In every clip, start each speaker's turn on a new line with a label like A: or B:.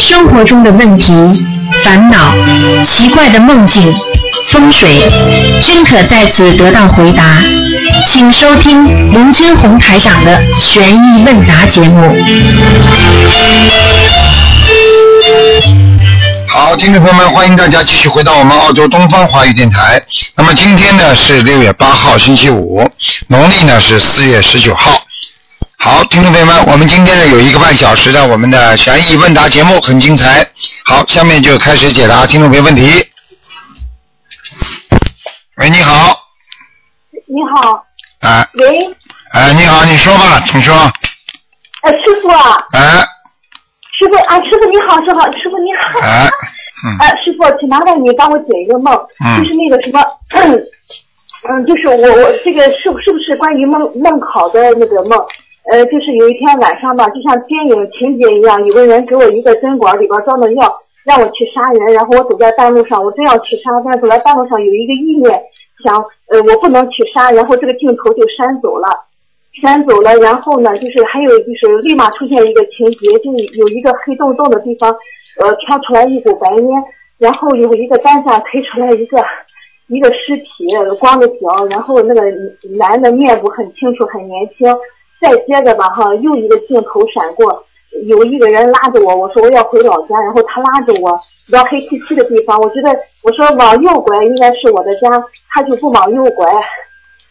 A: 生活中的问题、烦恼、奇怪的梦境、风水，均可在此得到回答。请收听卢军红台长的《悬疑问答》节目。
B: 好，听众朋友们，欢迎大家继续回到我们澳洲东方华语电台。那么今天呢是六月八号，星期五，农历呢是四月十九号。好，听众朋友们，我们今天呢有一个半小时的我们的悬疑问答节目，很精彩。好，下面就开始解答听众朋友问题。喂，你好，
C: 你好，
B: 哎
C: 喂，
B: 哎，你好，你说吧，请说，
C: 呃，师傅啊，
B: 哎
C: 师傅啊，师傅你好，师傅，师傅你好，
B: 哎，嗯
C: 啊，师傅，请麻烦你帮我解一个梦，
B: 嗯
C: 就是那个什么， 嗯，就是我我这个是不是不是关于梦梦考的那个梦？呃，就是有一天晚上吧，就像电影情节一样，有个人给我一个针管，里边装的药，让我去杀人。然后我走在半路上，我真要去杀，但是走在半路上有一个意念，想呃我不能去杀，然后这个镜头就删走了。删走了，然后呢，就是还有就是立马出现一个情节，就是有一个黑洞洞的地方，呃，飘出来一股白烟，然后有一个单下推出来一个一个尸体，光着脚，然后那个男的面部很清楚，很年轻。再接着吧，哈，又一个镜头闪过，有一个人拉着我，我说我要回老家，然后他拉着我到黑漆漆的地方，我觉得我说往右拐应该是我的家，他就不往右拐，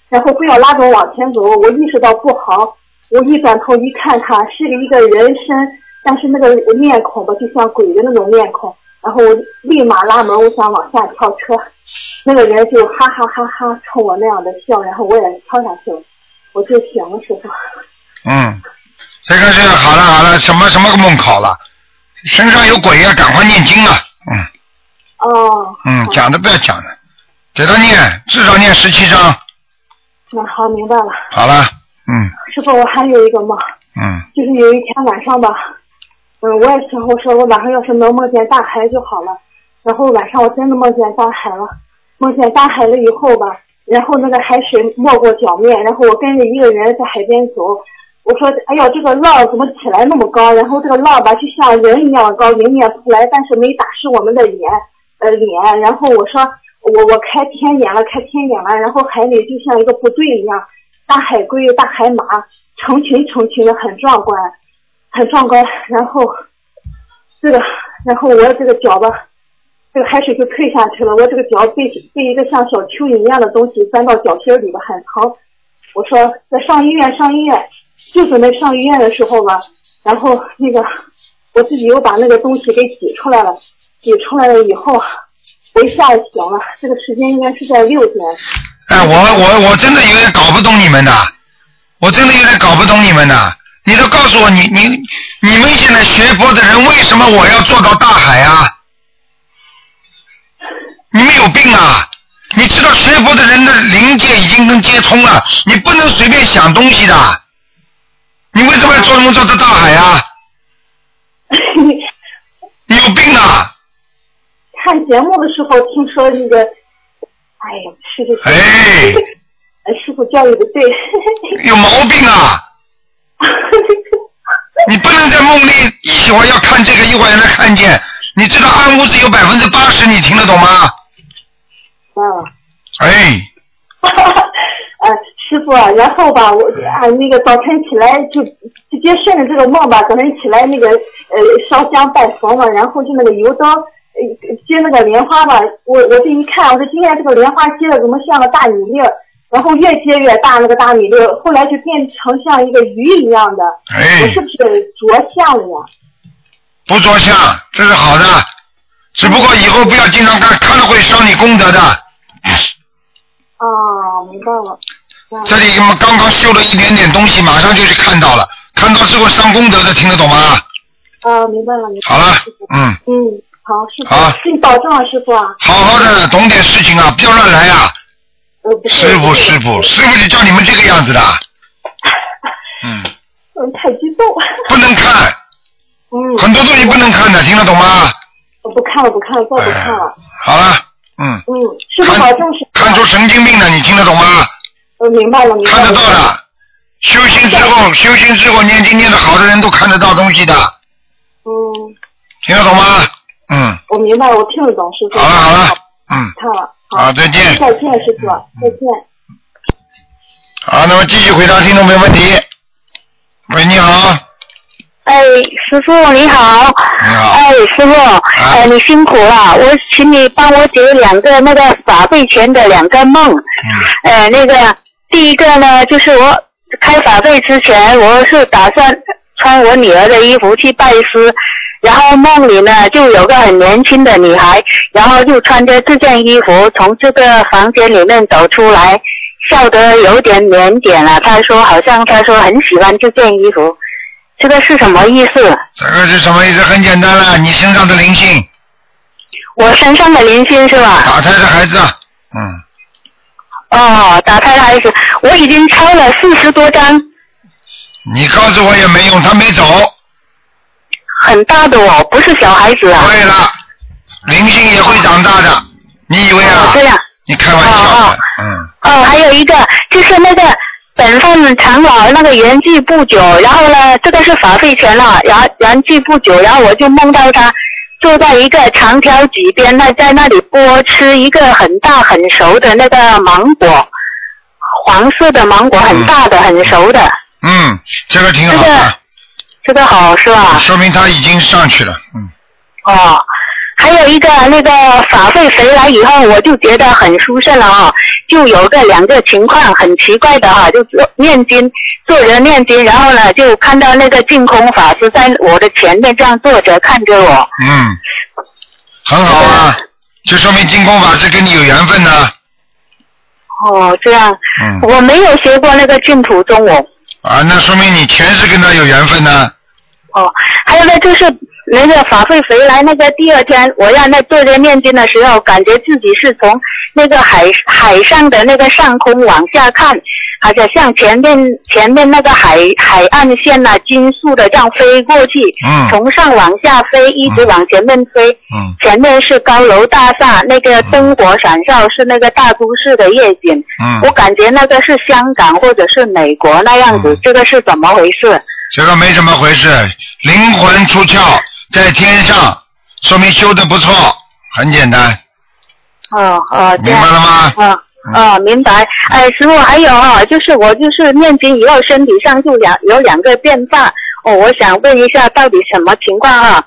C: 然后非要拉着我往前走，我意识到不好，我一转头一看他是一个人身，但是那个面孔吧，就像鬼的那种面孔。然后我立马拉门，我想往下跳车，那个人就哈哈哈哈冲我那样的笑，然后我也跳下去了，我就醒了，师傅。
B: 嗯，这个是好了好了，什么什么梦考了，身上有鬼呀、赶快念经啊，嗯。
C: 哦，
B: 嗯
C: 好，
B: 讲都不要讲了，给他念，至少念十七章。
C: 那好，明白了。
B: 好了，嗯
C: 师傅，我还有一个梦，
B: 嗯
C: 就是有一天晚上吧，嗯，我也想，我说我晚上要是能梦见大海就好了。然后晚上我真的梦见大海了，梦见大海了以后吧，然后那个海水没过脚面，然后我跟着一个人在海边走，我说哎呀，这个浪怎么起来那么高？然后这个浪吧，就像人一样高，迎面扑来，但是没打湿我们的脸，呃脸。然后我说我我开天眼了，开天眼了，然后海里就像一个部队一样，大海龟、大海马成群成群的，很壮观，很壮观。然后这个，然后我这个脚吧，这个海水就退下去了，我这个脚被被一个像小蚯蚓一样的东西钻到脚心里边，很疼。我说在上医院，上医院，就准备上医院的时候吧，然后那个我自己又把那个东西给挤出来了，挤出来了以后，我一下就醒了，这个时间应该是在六点。
B: 哎，我我我真的有点搞不懂你们的，我真的有点搞不懂你们的。你都告诉我，你你你们现在学佛的人，为什么我要做到大海啊？你们有病啊！你知道学佛的人的灵界已经能接通了，你不能随便想东西的。你为什么要做梦做到大海啊？你有病啊！
C: 看节目的时候听说那个，哎呀，是这
B: 哎，
C: 师傅教育的对，
B: 有毛病啊！你不能在梦里一会儿要看这个，一会儿要来看见。你知道暗物质有百分之八十，你听得懂吗？
C: 嗯。
B: 哎，
C: 呃，师傅，然后吧，我
B: 嗯
C: 啊那个早晨起来就直接顺着这个梦吧，早晨起来那个呃烧香拜佛嘛，然后就那个油灯呃接那个莲花吧，我我这一看，我说今天这个莲花接的怎么像个大米粒儿，然后越接越大那个大米粒儿，后来就变成像一个鱼一样的，
B: 哎
C: 我是不是着相了呀？
B: 不着相，这是好的。只不过以后不要经常看，看了会伤你功德的。
C: 啊，明白了。啊
B: 这里我们刚刚修了一点点东西，马上就去看到了，看到之后伤功德的，听得懂吗？
C: 啊，明白了，明白
B: 好
C: 了。
B: 了
C: 师傅，
B: 嗯，
C: 嗯，好，师
B: 好
C: 傅，你保重啊，师傅啊。
B: 好好的懂点事情啊，不要乱来啊。
C: 呃，不是
B: 师
C: 不
B: 傅，
C: 是
B: 师傅，师傅就叫你们这个样子的。嗯，
C: 嗯，太激动。
B: 不能看，
C: 嗯，
B: 很多东西不能看的，听得懂吗？
C: 我不看了，不看了，
B: 哎
C: 再不看了。
B: 好了，嗯，
C: 嗯，师傅保重，师
B: 看出神经病了，你听得懂吗？
C: 傅。我哦明白了，明白了。
B: 看得到的，修心之后，修心之后念经念的好的人都看得到东西的，
C: 嗯，
B: 听得懂吗？嗯，
C: 我明白，我听得懂师傅。
B: 好了好了，嗯，
C: 看了，
B: 好，再见。
C: 再见，师傅，再见。
B: 好，那么继续回答听众朋友问题。喂，你好，
D: 哎，师傅你好。
B: 你好，啊
D: 哎，师傅，呃，你辛苦了，我请你帮我解两个那个法会前的两个梦。
B: 嗯，
D: 呃，那个第一个呢，就是我开法会之前，我是打算穿我女儿的衣服去拜师，然后梦里呢就有个很年轻的女孩，然后就穿着这件衣服从这个房间里面走出来，笑得有点腼腆了。她说好像她说很喜欢这件衣服，这个是什么意思？
B: 这个是什么意思？很简单了，你身上的灵性
D: 我身上的灵性是吧？
B: 打胎的孩子，嗯，
D: 哦，打开来是，我已经抄了四十多张，
B: 你告诉我也没用，他没走。
D: 很大的哦，不是小孩子啊。
B: 对了，灵性也会长大的，你以为
D: 哦
B: 啊？
D: 这样。
B: 你开玩笑
D: 哦
B: 的，嗯，
D: 哦，还有一个就是那个本份长老那个圆寂不久，然后呢，这个是法费前了，然后圆寂不久，然后我就梦到他坐在一个长条几边，那在那里剥吃一个很大很熟的那个芒果，黄色的芒果，很大的，很熟的，
B: 嗯，这个挺好
D: 这
B: 的
D: 个，这个好是吧？
B: 说明他已经上去了，嗯，
D: 哦，还有一个那个法会回来以后，我就觉得很舒适了哦，就有个两个情况很奇怪的哈、就做念经，坐着念经，然后呢就看到那个净空法师在我的前面这样坐着看着我，
B: 嗯，很好啊，就说明金空法师跟你有缘分呢、
D: 哦，这样，
B: 嗯，
D: 我没有学过那个净土宗哦，
B: 啊，那说明你前世跟他有缘分呢、
D: 哦，还有呢就是。那个法会回来那个第二天，我让那坐着念经的时候，感觉自己是从那个海海上的那个上空往下看，而且像前面前面那个海海岸线呐、金属的这样飞过去，
B: 嗯
D: 从上往下飞，一直往前面飞。
B: 嗯
D: 前面是高楼大厦，那个灯火闪烁是那个大都市的夜景。我
B: 嗯，
D: 感觉那个是香港或者是美国那样子，
B: 嗯
D: 这个是怎么回事？
B: 这个没什么回事，灵魂出窍在天上，说明修的不错，很简单，
D: 哦哦，这
B: 明
D: 样
B: 白。了吗？嗯
D: 啊啊，明白。哎，师傅，还有啊，就是我就是念经以后，身体上就两有两个变化。哦，我想问一下，到底什么情况啊？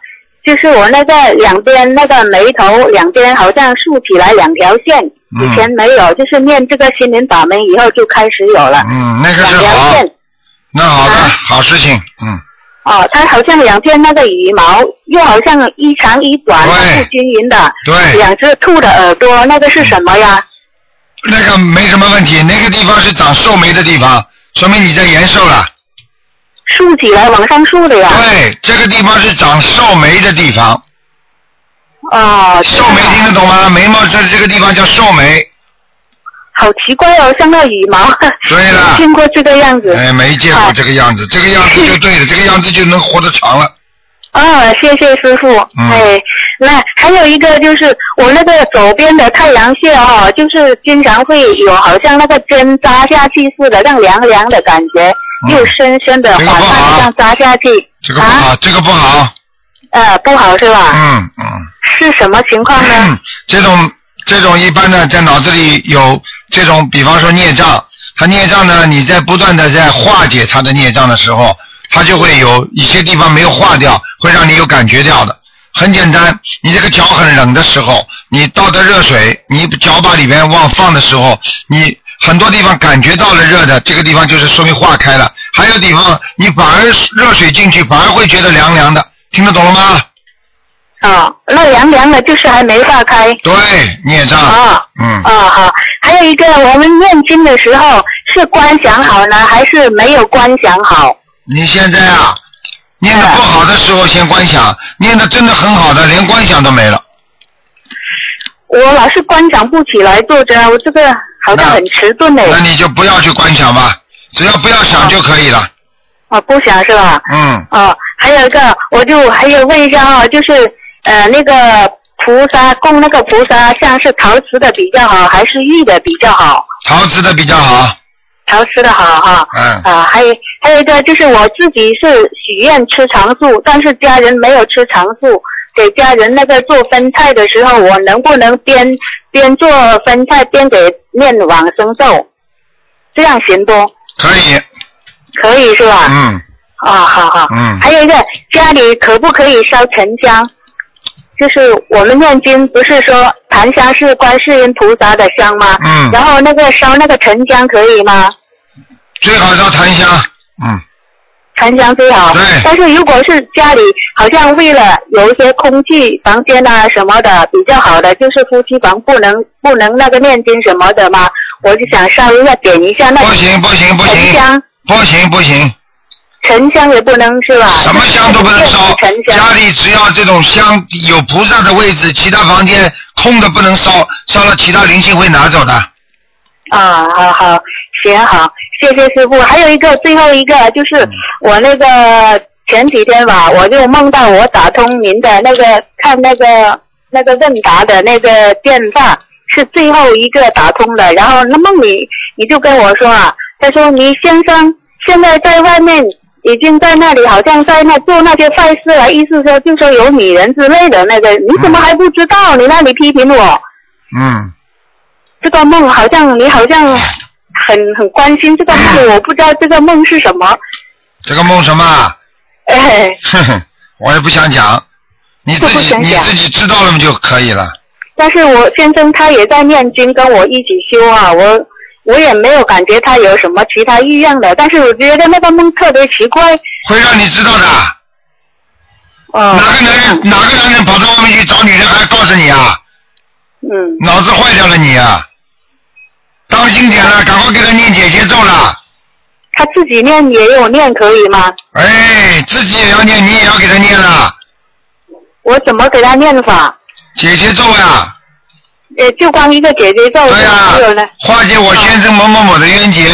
D: 就是我那个两边那个眉头两边好像竖起来两条线，
B: 嗯
D: 以前没有，就是念这个心灵法门以后就开始有了、
B: 嗯，那个
D: 两
B: 是
D: 条
B: 好，
D: 线。
B: 那好的、
D: 啊
B: 好事情，嗯，
D: 哦，它好像两片那个羽毛，又好像一长一短，
B: 对
D: 不均匀的。
B: 对，嗯
D: 两只兔的耳朵，那个是什么呀？
B: 那个没什么问题，那个地方是长寿眉的地方，说明你在延寿了。
D: 竖起来往上竖的呀。
B: 对，这个地方是长寿眉的地方，
D: 哦，这
B: 寿
D: 样
B: 眉听得懂吗？眉毛在这个地方叫寿眉。
D: 好奇怪哦，像那羽毛。
B: 对 了
D: 没见过这个样子。
B: 啊哎，没见过
D: 啊
B: 这个样子，这个样子就对了，这个样子就能活得长了。
D: 哦，谢谢师傅。
B: 嗯
D: 哎，那还有一个就是我那个左边的太阳穴哦，就是经常会有好像那个针扎下去似的，让凉凉的感觉，
B: 嗯
D: 又深深的
B: 这
D: 缓
B: 个不好
D: 慢
B: 啊
D: 这样扎下去。
B: 这个不好，
D: 啊，
B: 这个不好。
D: 呃，不好是吧？
B: 嗯嗯。
D: 是什么情况呢？
B: 这种这种一般呢，在脑子里有这种，比方说孽障，它孽障呢，你在不断的在化解它的孽障的时候，它就会有一些地方没有化掉，会让你有感觉掉的。很简单，你这个脚很冷的时候，你倒的热水，你脚把里面往放的时候，你很多地方感觉到了热的，这个地方就是说明化开了。还有地方你反而热水进去，反而会觉得凉凉的，听得懂了吗？
D: 哦，那凉凉的，就是还没化开。
B: 啊对，哎孽障，
D: 哦。
B: 嗯。
D: 哦，好，还有一个，我们念经的时候是观想好呢，还是没有观想好？
B: 你现在啊，念的
D: 哎
B: 不好的时候先观想，念的真的很好的，连观想都没了。
D: 我老是观想不起来，坐着，啊我这个好像很迟钝嘞。
B: 那你就不要去观想吧，只要不要想就可以了。
D: 哦，不想是吧？
B: 嗯，
D: 哦，还有一个，我就还有问一下啊，就是呃那个菩萨供那个菩萨像是陶瓷的比较好，还是玉的比较好？
B: 陶瓷的比较好。
D: 陶瓷的好哈。
B: 嗯，
D: 啊，还有还有一个就是我自己是许愿吃长素，但是家人没有吃长素，给家人那个做分菜的时候，我能不能边边做分菜边给念往生咒，这样行不？
B: 可以，
D: 可以是吧？
B: 嗯，
D: 啊，好好。
B: 嗯
D: 还有一个，家里可不可以烧沉香？就是我们念经不是说檀香是观世音菩萨的香吗？
B: 嗯
D: 然后那个烧那个沉香可以吗？
B: 最好烧檀香，嗯，
D: 檀香最好。
B: 对
D: 但是如果是家里好像为了有一些空气房间啊什么的比较好的，就是夫妻房不能不能那个念经什么的嘛，我就想稍微要点一下那
B: 不行不行不
D: 沉
B: 行，
D: 香，
B: 不行不行，
D: 沉香也不能是吧？
B: 什么香都不能烧
D: 就是沉，香
B: 家里只要这种香有菩萨的位置，其他房间空的不能烧，烧了其他灵性会拿走的。
D: 啊，好好，行好，谢谢师傅。还有一个，最后一个就是我那个前几天吧，我就梦到我打通您的那个看那个那个问答的那个电话是最后一个打通的，然后那梦里你就跟我说啊，他说你先生现在在外面。已经在那里，好像在那做那些坏事了，意思说就说有女人之类的那个，你怎么还不知道？你那里批评我，
B: 嗯，
D: 这个梦好像你好像 很很关心这个梦，我不知道这个梦是什么。
B: 这个梦什么啊？
D: 哎，
B: 哼哼，我也不想讲，你自
D: 不
B: 己
D: 想
B: 你
D: 讲
B: 自己知道了嘛就可以了。
D: 但是我先生他也在念经，跟我一起修啊，我我也没有感觉他有什么其他异样的，但是我觉得那个梦特别奇怪。
B: 会让你知道的。
D: 哦，
B: 哪个男人哪个男人跑到外面去找女人还告诉你啊？
D: 嗯，
B: 脑子坏掉了你啊！当心点
D: 嗯
B: 了，赶快给他念姐姐咒了。
D: 他自己念也有念可以吗？
B: 哎，自己也要念，你也要给他念啊了。
D: 我怎么给他念法？
B: 姐姐咒啊呀、
D: 呃，就光一个姐姐咒，
B: 对呀、啊
D: 还有呢，
B: 化解我先生某某某的冤结。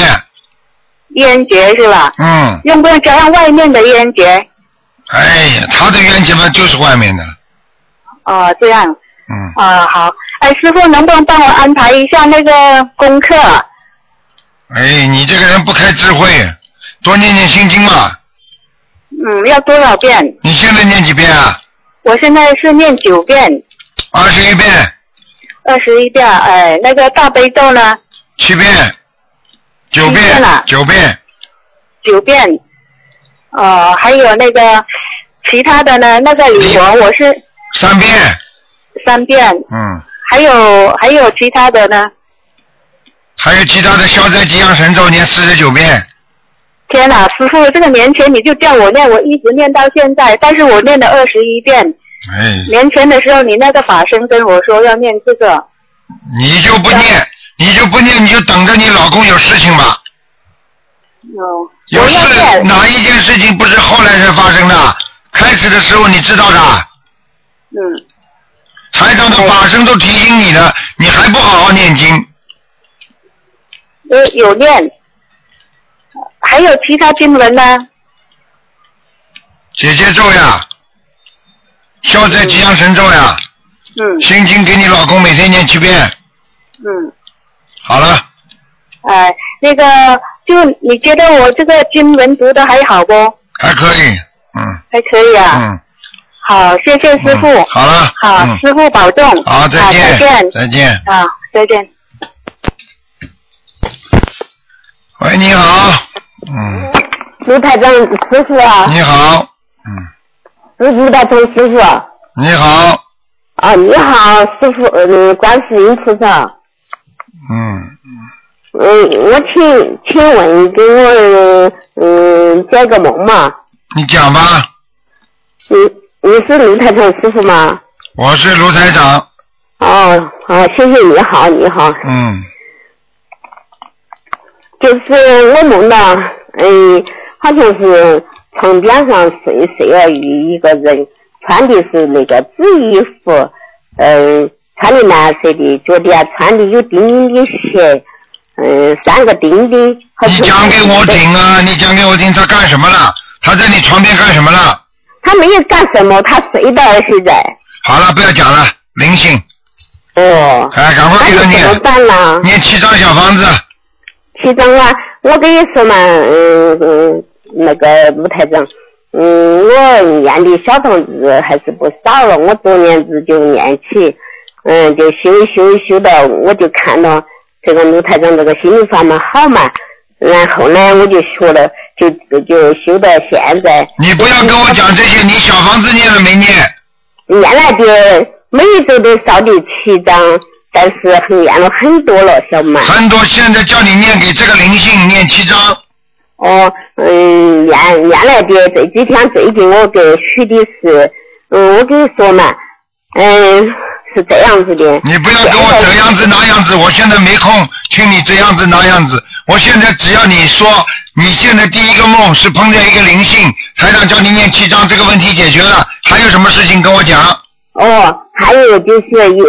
D: 烟结是吧？
B: 嗯，
D: 用不用加上外面的烟结？
B: 哎呀，他的冤结嘛就是外面的了，
D: 哦，这样。
B: 嗯，
D: 啊，好，哎，师傅能不能帮我安排一下那个功课？
B: 哎，你这个人不开智慧，多念念心经嘛。
D: 嗯，要多少遍？
B: 你现在念几遍啊？
D: 我现在是念九遍，
B: 二十一遍，
D: 二十一遍，哎，那个大悲咒呢，
B: 七遍，九
D: 七遍
B: 遍
D: 了，
B: 九遍，
D: 九遍，呃，还有那个其他的呢，那个礼佛我是
B: 三遍，
D: 三遍，
B: 嗯，
D: 还有还有其他的呢？
B: 还有其他的消灾吉祥神咒念四十九遍，
D: 天哪，师傅，这个年前你就叫我念，我一直念到现在，但是我念了二十一遍。
B: 哎，
D: 年前的时候，你那个法身跟我说要念这个，
B: 你就不念，你就不念，你就等着你老公有事情吧。嗯
C: 嗯
D: 哦，我
B: 有
D: 要
B: 事
D: 念，
B: 哪一件事情不是后来才发生的？开始的时候你知道的，
D: 嗯。
B: 台长的
D: 对
B: 法身都提醒你了，你还不好好念经，
D: 有有念，还有其他经文呢？
B: 姐姐咒呀，消灾吉祥神咒呀，
D: 嗯
B: 心经给你老公每天念七遍。
D: 嗯，
B: 好了，
D: 哎、那个，就你觉得我这个经文读的还好不？
B: 还可以，嗯
D: 还可以啊。
B: 嗯，
D: 好，谢谢师傅。
B: 嗯好了，
D: 好，
B: 嗯，
D: 师傅保重。
B: 好，再
D: 啊再
B: 见，
D: 见。
B: 再见。
D: 啊，再见。
B: 喂，你好，嗯，
E: 卢台长，师傅啊，
B: 你好，嗯，
E: 卢卢台长师傅啊，
B: 你好，
E: 啊你好，师傅，嗯，观世音菩萨，
B: 嗯，
E: 嗯，我请请问给我嗯解个梦嘛？
B: 你讲吧，
E: 你嗯你是卢台长师傅吗？
B: 我是卢台长，
E: 哦，好、谢谢你好，你好，
B: 嗯
E: 就是我梦到，嗯，好像是床边上睡睡了一一个人，穿的是那个紫衣服，嗯，穿的蓝色的，脚底下穿的有钉钉的鞋，嗯，三个钉的。好
B: 你
E: 像
B: 讲给我听啊！你讲给我听，他干什么了？他在你床边干什么了？
E: 他没有干什么，他睡到了现在。
B: 好了，不要讲了，灵性，
E: 哦。
B: 哎，赶
E: 那
B: 快给
E: 是
B: 他
E: 怎么
B: 念，
E: 办呢？
B: 念七张小房子，
E: 其中啊，我跟你说嘛，嗯嗯，那个卢台长，嗯，我念的小房子还是不少了，我昨年子就念起，嗯，就修修修的，我就看到这个卢台长这个心理法门好嘛，然后呢，我就学了，就就就修到现在，
B: 你不要跟我讲这些，你小房子念了没念？
E: 念了的每一周都烧的七张，但是念了很多了，小满。
B: 很多现在叫你念给这个灵性念七章，
E: 哦，嗯，原原来的这几天最近我跟许的是，嗯，我跟你说嘛，嗯，是这样子的，
B: 你不要跟我这样子那样子，我现在没空听你这样子那样子。我现在只要你说你现在第一个梦是碰见一个灵性，台长叫你念七章，这个问题解决了，还有什么事情跟我讲？
E: 哦，还有就是有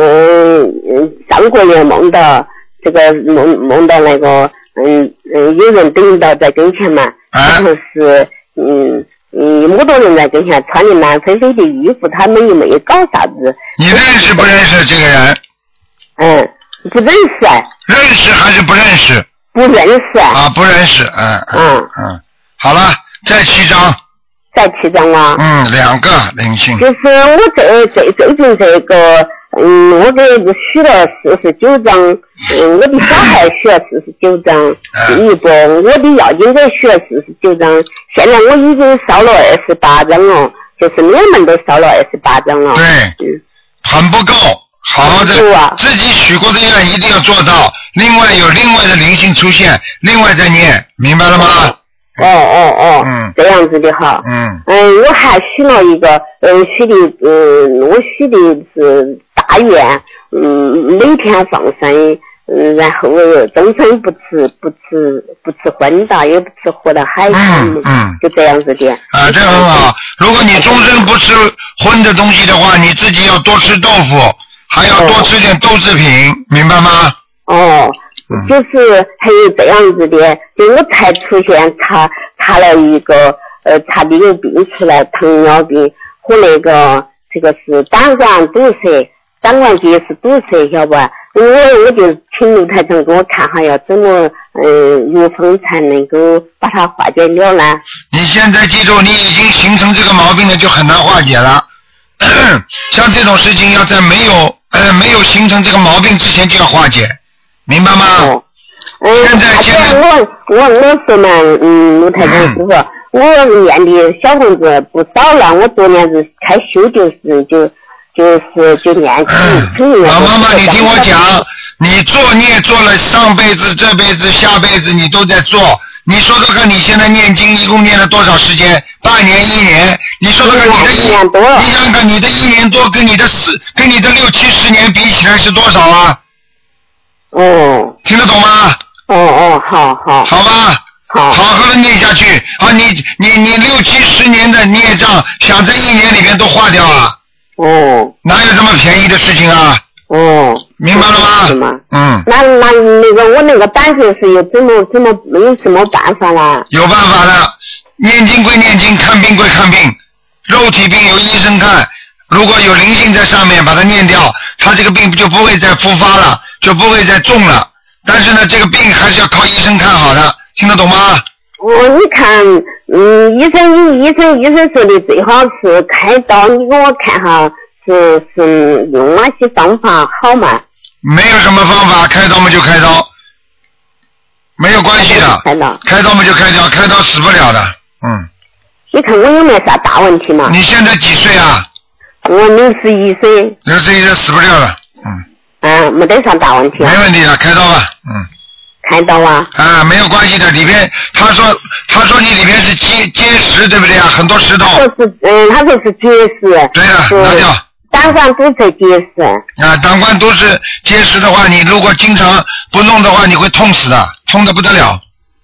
E: 嗯上个月梦到这个梦梦到那个嗯嗯有人蹲到在跟前嘛，
B: 啊
E: 然后是嗯嗯有么多人在跟前穿的蓝飞飞的衣服，他们又没有搞啥子，
B: 你认识不认识这个人？
E: 嗯，不认识，啊
B: 认识还是不认识？
E: 不认识，
B: 啊，不认识，嗯嗯
E: 嗯
B: 嗯，好了，再七章，
E: 在其中啊。
B: 嗯，两个灵性，
E: 就是我最最最近这个，嗯，我给许了四十九张，嗯，我的小孩许了四十九张
B: 嗯
E: 第一波，我的药精者许了四十九张，现在我已经烧了二十八张了，就是两门都烧了二十八张了。
B: 对，
E: 嗯，
B: 很不够，好好的
E: 很不够啊
B: 自己许过的愿一定要做到。另外有另外的灵性出现，另外再念，明白了吗？
E: 哦哦哦，
B: 嗯
E: 这样子的哈。
B: 嗯，
E: 嗯，我还许了一个，嗯，许的，嗯，我许的是大愿，嗯，每天放生，嗯，然后终身不吃不吃不吃荤的，也不吃活的海鲜，
B: 嗯嗯
E: 就这样子的。
B: 啊，这很好。如果你终身不吃荤的东西的话，你自己要多吃豆腐，还要多吃点豆制品，明白吗？
E: 哦，
B: 嗯
E: 就是还有这样子的，就我才出现查查了一个呃查的有病出来，糖尿病和那个这个是胆管堵塞，胆管结石堵塞，晓得吧？我我就请卢台长给我看哈，要怎么嗯药方才能够把它化解了呢？
B: 你现在记住，你已经形成这个毛病了，就很难化解了。 像这种事情，要在没有呃没有形成这个毛病之前就要化解，明白吗？
E: 哦，嗯，
B: 现在
E: 而且
B: 现在
E: 我我我说嘛，嗯，卢太长师傅，我念的小房子不少了，我昨年是开修就是就就是就念起成
B: 嗯
E: 年
B: 老
E: 了
B: 妈妈，你听我讲，你作孽做了上辈子、这辈子、下辈子，你都在做。你说说看，你现在念经一共念了多少时间？半年、一年？你说说看，你的一
E: 一年多了
B: 你想想看，你的一年多跟你的四、跟你的六七十年比起来是多少啊？
E: 哦
B: 听得懂吗？
E: 哦哦，好好
B: 好吧。
E: 好
B: 好好的念下去啊！你你你六七十年的孽障，想在一年里面都化掉啊？
E: 哦
B: 哪有这么便宜的事情啊？
E: 哦，
B: 明白了吗？
E: 是吗？
B: 嗯，
E: 那那那个我那个胆子是有怎么怎么有什么办法啦？
B: 有办法的。念经归念经，看病归看病，肉体病由医生看。如果有灵性在上面，把它念掉，他这个病就不会再复发了，就不会再重了。但是呢，这个病还是要靠医生看好的，听得懂吗？
E: 哦，你看，嗯，医生医生医生说的最好是开刀，你给我看哈，是是用哪些方法好嘛？
B: 没有什么方法，开刀嘛就开刀，没有关系的。
E: 开刀，
B: 开刀嘛就开刀，开刀死不了的。嗯，
E: 你看我有没有啥大问题嘛？
B: 你现在几岁啊？
E: 我六十一岁，
B: 刘志一死不了了。嗯，
E: 嗯，没得啥大问题
B: 没
E: 啊，
B: 问题的，开刀吧。嗯，
E: 开刀啊，
B: 啊，没有关系的，里边他说他说你里边是结结石，对不对啊？很多石头。
E: 说是，嗯，他说是结石，
B: 对了，拿掉
E: 是胆管堵塞结石，
B: 啊！胆管都是结石的话，你如果经常不弄的话，你会痛死的，痛的不得了。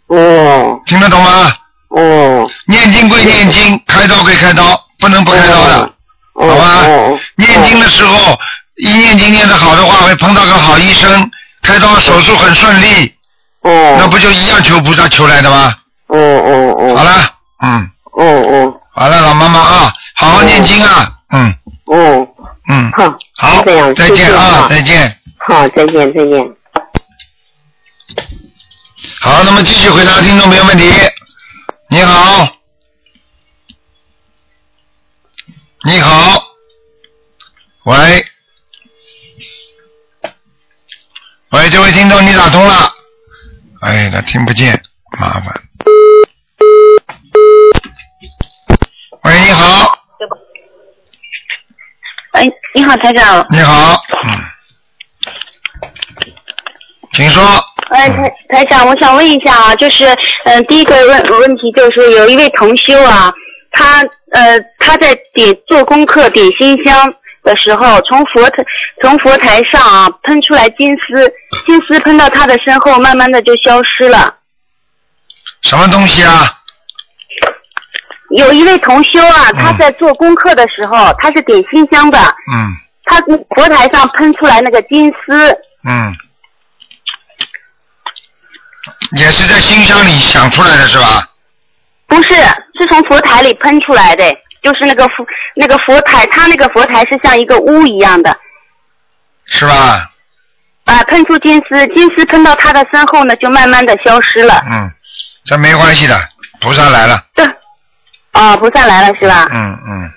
E: 哦
B: 听得懂吗？
E: 哦，
B: 念经归念经，开刀归开刀，不能不开刀的。
E: 哦，
B: 好吧
E: 哦，
B: 念经的时候，一念经念得好的话，会碰到个好医生，开刀手术很顺利，
E: 哦，
B: 那不就一样求菩萨求来的吗？
E: 哦哦哦，
B: 好了，嗯，
E: 哦哦
B: 好了，老妈妈啊，好好念经啊，嗯
E: 哦，
B: 嗯，
E: 好，
B: 好
E: 就这样，，
B: 再
E: 谢
B: 见
E: 谢
B: 啊，
E: 啊
B: 再见。
E: 好，再见，再见。
B: 好，那么继续回答听众朋友问题。你好，你好，喂，喂，这位听众你打通了，哎，他听不见，麻烦。喂，你好，
F: 哎，你好，台长。
B: 你好，嗯，请说，
F: 哎，
B: 嗯
F: 台台长，我想问一下啊，就是，嗯、第一个问问题就是有一位同修啊，他呃他在点做功课点心香的时候，从佛台从佛台上啊喷出来金丝，金丝喷到他的身后，慢慢的就消失了。
B: 什么东西啊？
F: 有一位同修啊，他在做功课的时候，他是点心香的，
B: 嗯
F: 他佛台上喷出来那个金丝，
B: 嗯，也是在信箱里想出来的是吧？
F: 不是，是从佛台里喷出来的，就是那个佛那个佛台，它那个佛台是像一个屋一样的，
B: 是吧？
F: 啊、喷出金丝，金丝喷到他的身后呢，就慢慢的消失了。
B: 嗯，这没关系的，菩萨来了。
F: 这，哦，菩萨来了是吧？
B: 嗯嗯，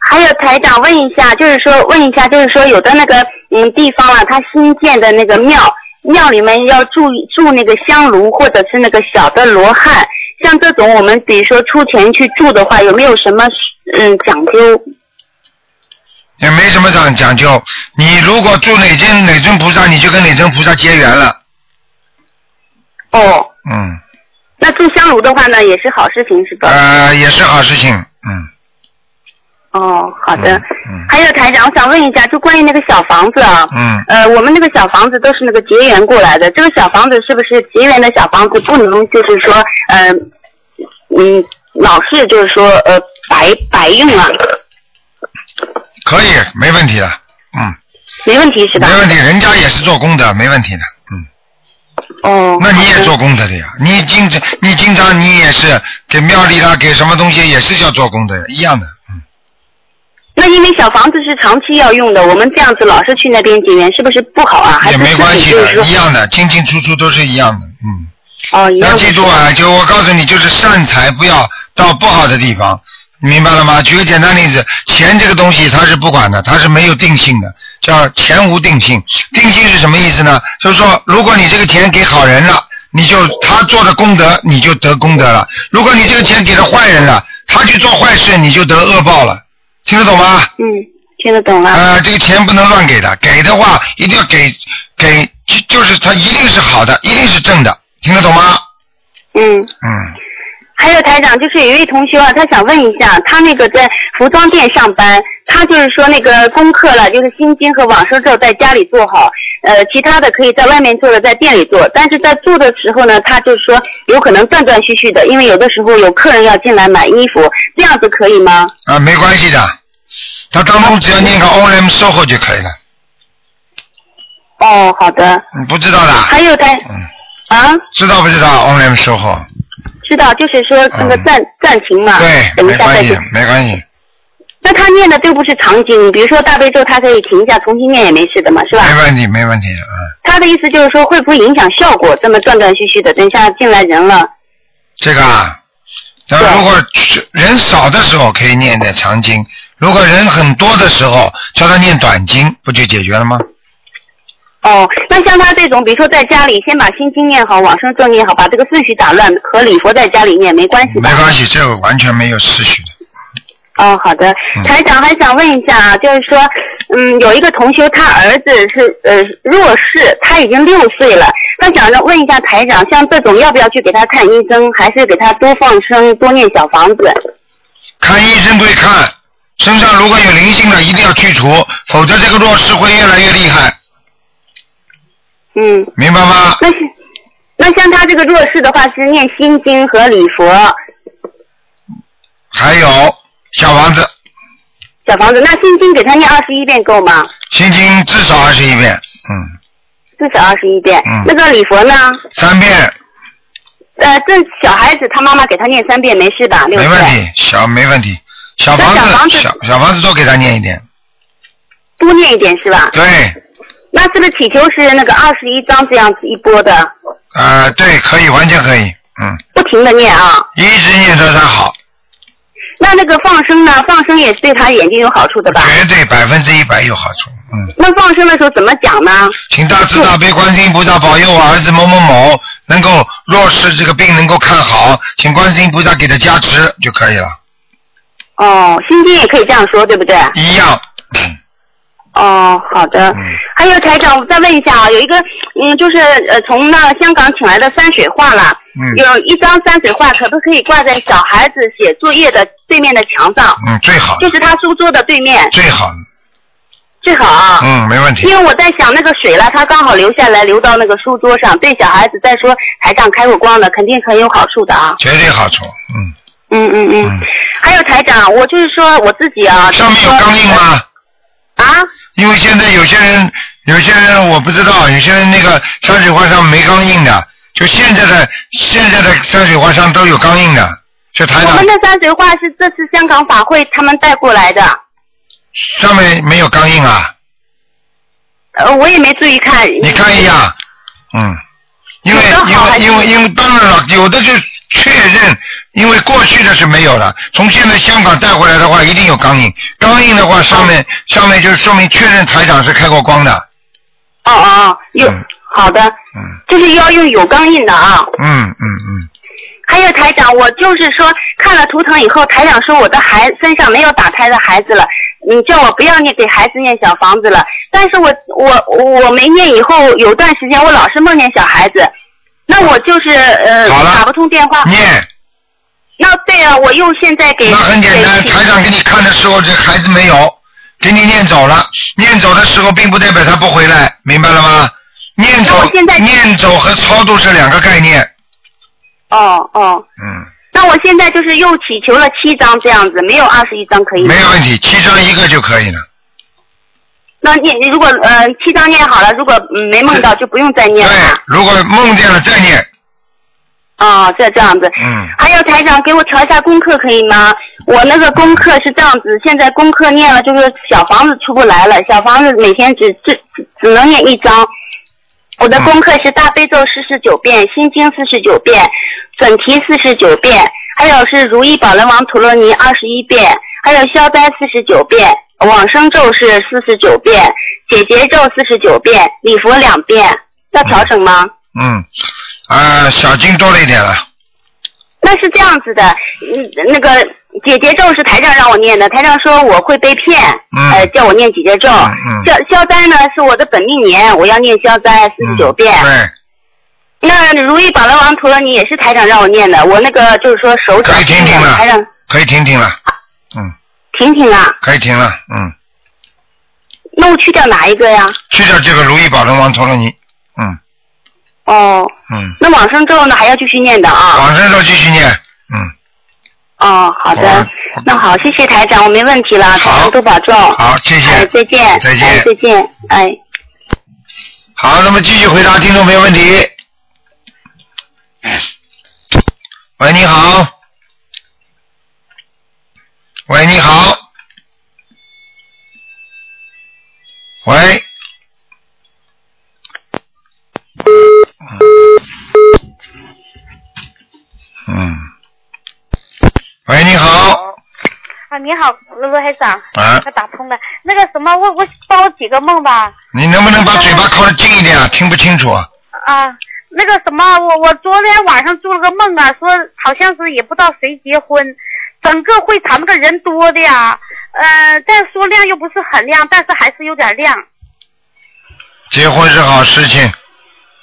F: 还有台长问一下，就是说问一下，就是说有的那个嗯地方啊，它新建的那个庙，庙里面要住住那个香炉或者是那个小的罗汉，像这种我们比如说出钱去住的话，有没有什么嗯讲究？
B: 也没什么讲讲究。你如果住哪尊哪尊菩萨，你就跟哪尊菩萨结缘了。
F: 哦，
B: 嗯，
F: 那住香炉的话呢，也是好事情，是吧？
B: 呃，也是好事情。嗯，
F: 哦，好的。
B: 嗯
F: 还有台长，我想问一下，就关于那个小房子啊，
B: 嗯，
F: 呃，我们那个小房子都是那个结缘过来的，这个小房子是不是结缘的小房子不能就是说，呃，嗯，老是就是说呃白白用啊，
B: 可以，没问题的。嗯，
F: 没问题是吧
B: 没？问题，人家也是做功德，没问题的。嗯，
F: 哦，
B: 那你也
F: 好的
B: 做功德的呀？你经常你经常你也是给庙里啦，给什么东西也是要做功德，一样的。嗯，
F: 那因为小房子是长期要用的，我们这样子老是去那边结缘，是不是不好啊？还
B: 也
F: 是
B: 没关系
F: 自己就是
B: 的，
F: 说
B: 一样的，进进出出都是一样的。嗯。
F: 哦，一样
B: 要
F: 的
B: 记住啊，就我告诉你，就是善财不要到不好的地方，明白了吗？举个简单例子，钱这个东西它是不管的，它是没有定性的，叫钱无定性。定性是什么意思呢？就是说，如果你这个钱给好人了，你就他做的功德，你就得功德了；如果你这个钱给了坏人了，他去做坏事，你就得恶报了。听得懂吗？
F: 嗯，听得懂了。
B: 呃，这个钱不能乱给的，给的话一定要给给，就就是它一定是好的，一定是正的，听得懂吗？
F: 嗯，
B: 嗯。
F: 还有台长，就是有一位同学啊，他想问一下，他那个在服装店上班，他就是说那个功课了，就是心经和往生咒在家里做好，呃，其他的可以在外面做的，在店里做。但是在做的时候呢，他就是说有可能断断续续的，因为有的时候有客人要进来买衣服，这样子可以吗？
B: 啊，没关系的，他当中只要念个
F: 嗯
B: OM 售后就可以了。
F: 哦，好的。
B: 你不知道的，
F: 还有台
B: 嗯，
F: 啊，
B: 知道不知道 OM 售后？
F: 知道，就是说那个
B: 嗯
F: 暂、暂停嘛，
B: 对，
F: 等一
B: 没
F: 下再
B: 关
F: 去
B: 系，没关系。
F: 那他念的都不是长经，比如说大悲咒，他可以停一下重新念也没事的嘛，是吧？
B: 没问题，没问题啊、嗯
F: 他的意思就是说，会不会影响效果？这么断断续续的，等一下进来人了。
B: 这个啊，那
F: 对
B: 如果人少的时候可以念点长经，如果人很多的时候叫他念短经，不就解决了吗？
F: 哦，那像他这种，比如说在家里先把心经念好，往生咒念好，把这个秩序打乱，和礼佛在家里念没关系吧？
B: 没关系，这个完全没有秩序的。
F: 哦，好的
B: 嗯。
F: 台长还想问一下啊，就是说，嗯，有一个同学他儿子是呃弱视，他已经六岁了，他想着问一下台长，像这种要不要去给他看医生，还是给他多放生、多念小房子？
B: 看医生归看，身上如果有灵性的一定要去除，否则这个弱势会越来越厉害，
F: 嗯，
B: 明白吗？
F: 那是那像他这个弱视的话，是念心经和礼佛
B: 还有小房子，
F: 小房子。那心经给他念二十一遍够吗？
B: 心经至少二十一遍，嗯，
F: 至少二十一遍。
B: 嗯
F: 那个礼佛呢？
B: 三遍
F: 呃，这小孩子他妈妈给他念三遍没事吧？六
B: 没
F: 岁。
B: 问题，小没问题，小
F: 那
B: 房
F: 小房
B: 子
F: 子
B: 小小房子多给他念一点，
F: 多念一点是吧？
B: 对，
F: 那是不是祈求是那个二十一章这样子一波的，
B: 啊呃，对，可以，完全可以，嗯，
F: 不停的念啊？
B: 一直念到他好，
F: 那那个放生呢？放生也是对他眼睛有好处的吧？
B: 绝对百分之一百有好处。嗯，
F: 那放生的时候怎么讲呢？
B: 请大慈大悲观世音菩萨保佑我儿子某某某能够若是这个病能够看好，请观世音菩萨给他加持就可以了。
F: 哦，心经也可以这样说，对不对？
B: 一样，
F: 哦，好的。
B: 嗯
F: 还有台长，我再问一下啊，有一个嗯，就是呃，从那香港请来的山水画啦，
B: 嗯
F: 有一张山水画，可不可以挂在小孩子写作业的对面的墙上？
B: 嗯，最好
F: 就
B: 的，
F: 是他书桌的对面，
B: 最好的，
F: 最好啊。
B: 嗯，没问题。
F: 因为我在想那个水啦，它刚好流下来，流到那个书桌上，对小孩子再说台上开过光的，肯定很有好处的啊。
B: 绝对好处，嗯
F: 嗯嗯嗯。
B: 嗯。
F: 还有台长，我就是说我自己啊，
B: 上面有
F: 就是说
B: 钢印吗？
F: 啊，
B: 因为现在有些人，有些人我不知道，有些人那个山水画上没钢印的，就现在的现在的山水画上都有钢印的，是台
F: 我
B: 长
F: 们的山水画是这次香港法会他们带过来的，
B: 上面没有钢印啊？
F: 呃，我也没注意看。
B: 你看一下，嗯，因为
F: 有的好
B: 因
F: 还
B: 为
F: 是
B: 因为因为当然了，有的就确认，因为过去的是没有的，从现在香港带回来的话，一定有钢印，钢印的话上面上面就是说明确认台长是开过光的，
F: 哦哦，哦有、
B: 嗯
F: 好的，
B: 嗯
F: 就是要用有钢印的啊。
B: 嗯嗯嗯，
F: 还有台长，我就是说看了图腾以后，台长说我的孩身上没有打胎的孩子了，你叫我不要念给孩子念小房子了。但是我我我没念以后，有段时间我老是梦见小孩子，那我就是呃
B: 好了
F: 打不通电话。
B: 念。
F: 那对啊，我又现在给
B: 那很简单，
F: 给
B: 台长给你看的时候，这孩子没有，给你念走了。念走的时候，并不代表他不回来，明白了吗？念
F: 那
B: 走
F: 我现在，
B: 念走和超度是两个概念。
F: 哦哦，
B: 嗯，
F: 那我现在就是又祈求了七张这样子，没有二十一张可以吗。
B: 没有问题，七张一个就可以了。
F: 那念如果呃七张念好了，如果、嗯没梦到就不用再
B: 对
F: 念了。，
B: 如果梦见了再念。
F: 哦，这这样子。
B: 嗯，
F: 还有台长给我调一下功课可以吗？我那个功课是这样子，现在功课念了就是小房子出不来了，小房子每天只只只只能念一张。我的功课是大悲咒四十九遍，心经四十九遍，准提四十九遍，还有是如意宝轮王陀罗尼二十一遍，还有消灾四十九遍，往生咒是四十九遍，解结咒四十九遍，礼佛两遍，要调整吗？
B: 嗯，啊、小经多了一点了。
F: 那是这样子的，嗯，那个姐姐咒是台长让我念的，台长说我会被骗，
B: 嗯
F: 呃，叫我念姐姐咒。
B: 嗯嗯
F: 消消灾呢是我的本命年，我要念消灾四十九遍。
B: 嗯、
F: 那如意宝轮王陀罗尼也是台长让我念的，我那个就是说手脚
B: 可以听啊听了
F: 台长
B: 对，可以停停了。嗯，
F: 婷婷啊，
B: 可以停了。嗯，
F: 那我去掉哪一个呀？
B: 去掉这个如意宝轮王陀罗尼。嗯
F: 哦，
B: 嗯，
F: 那往生咒呢还要继续念的啊。
B: 往生咒继续念。嗯，
F: 哦，好的，
B: 好啊
F: 那好，谢谢台长，我没问题了，台
B: 好
F: 长多保重。
B: 好，谢谢。
F: 哎，再见。
B: 再见
F: 哎再见。哎。
B: 好，那么继续回答听众朋友问题。哎喂，你好。喂，你好。喂。嗯。喂，你好。
G: 啊，你好，罗台长，
B: 啊，
G: 我打通了。那个什么，我我帮我几个梦吧。
B: 你能不能把嘴巴靠得近一点啊？听不清楚啊。
G: 啊，那个什么，我我昨天晚上做了个梦啊，说好像是也不知道谁结婚，整个会场那个人多的呀，呃，但说亮又不是很亮，但是还是有点亮
B: 结婚是好事情。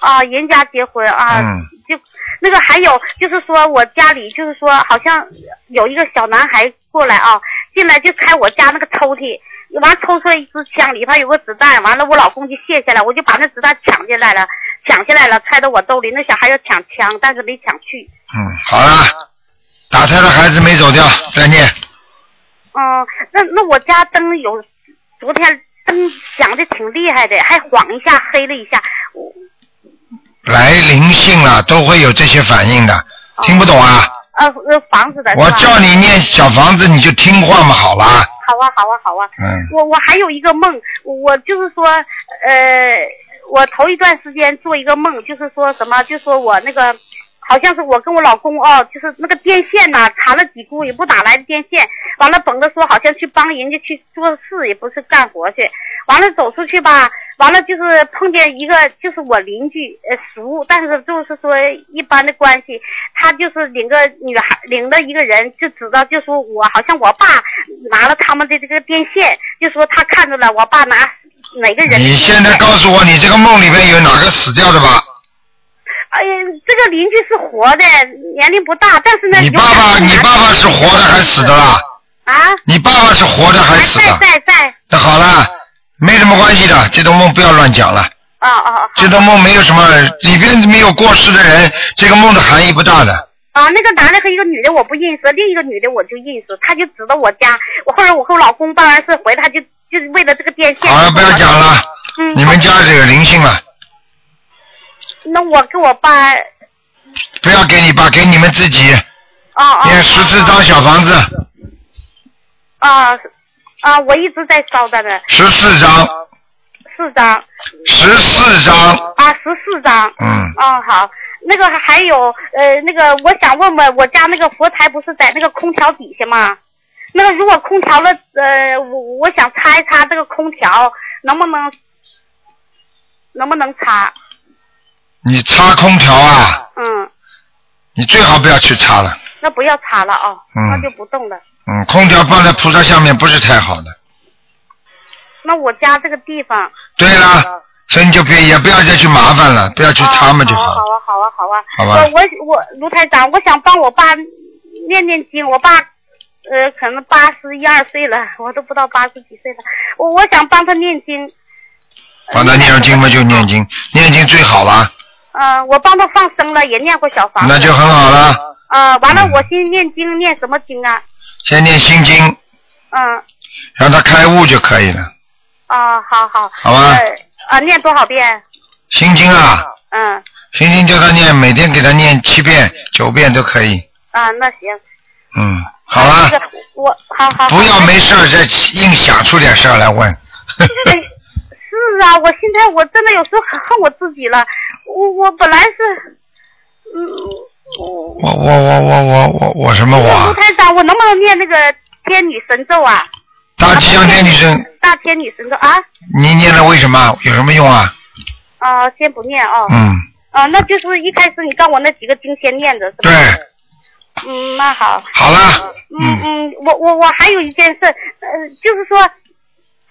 G: 啊，人家结婚啊，
B: 嗯
G: 就那个还有就是说我家里就是说好像有一个小男孩过来啊，进来就开我家那个抽屉，完抽出来一支枪，里边有个子弹，完了我老公就卸下来，我就把那子弹抢进来了，抢进来了揣到我兜里，那小孩要抢枪，但是没抢去。
B: 嗯，好了，打胎的孩子没走掉，再念。
G: 嗯，那那我家灯有昨天灯响的挺厉害的，还晃一下黑了一下，我
B: 来灵性了，都会有这些反应的，
G: 哦
B: 听不懂啊？
G: 呃呃房子的是吧
B: 我叫你念小房子，你就听话嘛，好啦。
G: 好啊好啊好啊，
B: 嗯
G: 我我还有一个梦，我就是说，呃，我头一段时间做一个梦，就是说什么，就说我那个好像是我跟我老公哦，就是那个电线呐、缠了几股也不打来的电线，完了绷着说好像去帮人家去做事，也不是干活去，完了走出去吧，完了就是碰见一个就是我邻居呃熟，但是就是说一般的关系，他就是领个女孩领了一个人，就知道就说我好像我爸拿了他们的这个电线，就说他看着了我爸拿哪个人的电线。
B: 你现在告诉我，你这个梦里面有哪个死掉的吧？
G: 哎呀，这个邻居是活的，年龄不大，但是呢，
B: 你
G: 有
B: 爸爸，
G: 两个
B: 你
G: 男
B: 爸爸是活的还是死的啦？
G: 啊，
B: 你爸爸是活的还
G: 还
B: 是死的？
G: 啊在在在，
B: 那好了，没什么关系的，这种梦不要乱讲了。
G: 啊啊啊
B: 这种梦没有什么，里边没有过世的人，这个梦的含义不大的。
G: 啊！那个男的和一个女的我不认识，另一个女的我就认识，他就知道我家。我后来我和我老公办完事回来，他就就是为了这个电线。
B: 好了，不要讲了，
G: 嗯，
B: 你们家有灵性了，
G: 那我跟我爸，
B: 不要给你爸，给你们自己
G: 啊啊，
B: 念十四张小房子，
G: 啊啊，我一直在烧着呢，
B: 十四张，
G: 四张
B: 十四张，
G: 啊，十四张。
B: 嗯，
G: 哦，好，那个还有呃，那个我想问问，我家那个佛台不是在那个空调底下吗？那个如果空调了，呃，我我想擦一擦这个空调，能不能能不能擦？
B: 你擦空调啊，
G: 嗯，
B: 你最好不要去擦了，
G: 那不要擦了啊、
B: 嗯
G: 那就不动了。
B: 嗯，空调放在菩萨下面不是太好的。
G: 那我家这个地方，
B: 对
G: 嗯
B: 啦，所以你就别也不要再去麻烦了，不要去擦嘛就
G: 好
B: 好了。
G: 啊，好啊，好啊，
B: 好
G: 好
B: 吧
G: 啊。我我我卢台长，我想帮我爸念念经，我爸呃可能八十一二岁了，我都不知道八十几岁了，我我想帮他念经。哦
B: 帮他念经嘛就念经，念经最好啦，
G: 呃，我帮他放生了，也念过小房子。
B: 那就很好嗯啦。
G: 呃，完了，我先念经，念什么经啊？
B: 先念心经，
G: 嗯、
B: 让他开悟就可以了。
G: 啊、好好。
B: 好吧
G: 呃，啊，念多少遍？
B: 心经啊，
G: 嗯，
B: 心经叫他念，每天给他念七遍、九遍都可以。
G: 啊，那行。
B: 嗯，好
G: 那
B: 啦，
G: 个，我好好。
B: 不要
G: 好
B: 没事儿再硬想出点事儿来问。
G: 哎是啊，我现在我真的有时候很恨我自己了。我我本来是，嗯，我
B: 我我我我我我我什么我
G: 卢
B: 啊？
G: 台长，我能不能念那个天女神咒啊？
B: 大吉祥天女神，
G: 大天女神咒啊？
B: 你念了为什么？有什么用啊？
G: 啊、先不念哦。
B: 嗯，
G: 啊，那就是一开始你告我那几个经先念着是吧？
B: 对，
G: 嗯，那好。
B: 好啦，
G: 嗯
B: 嗯，
G: 嗯，我我我还有一件事，呃，就是说，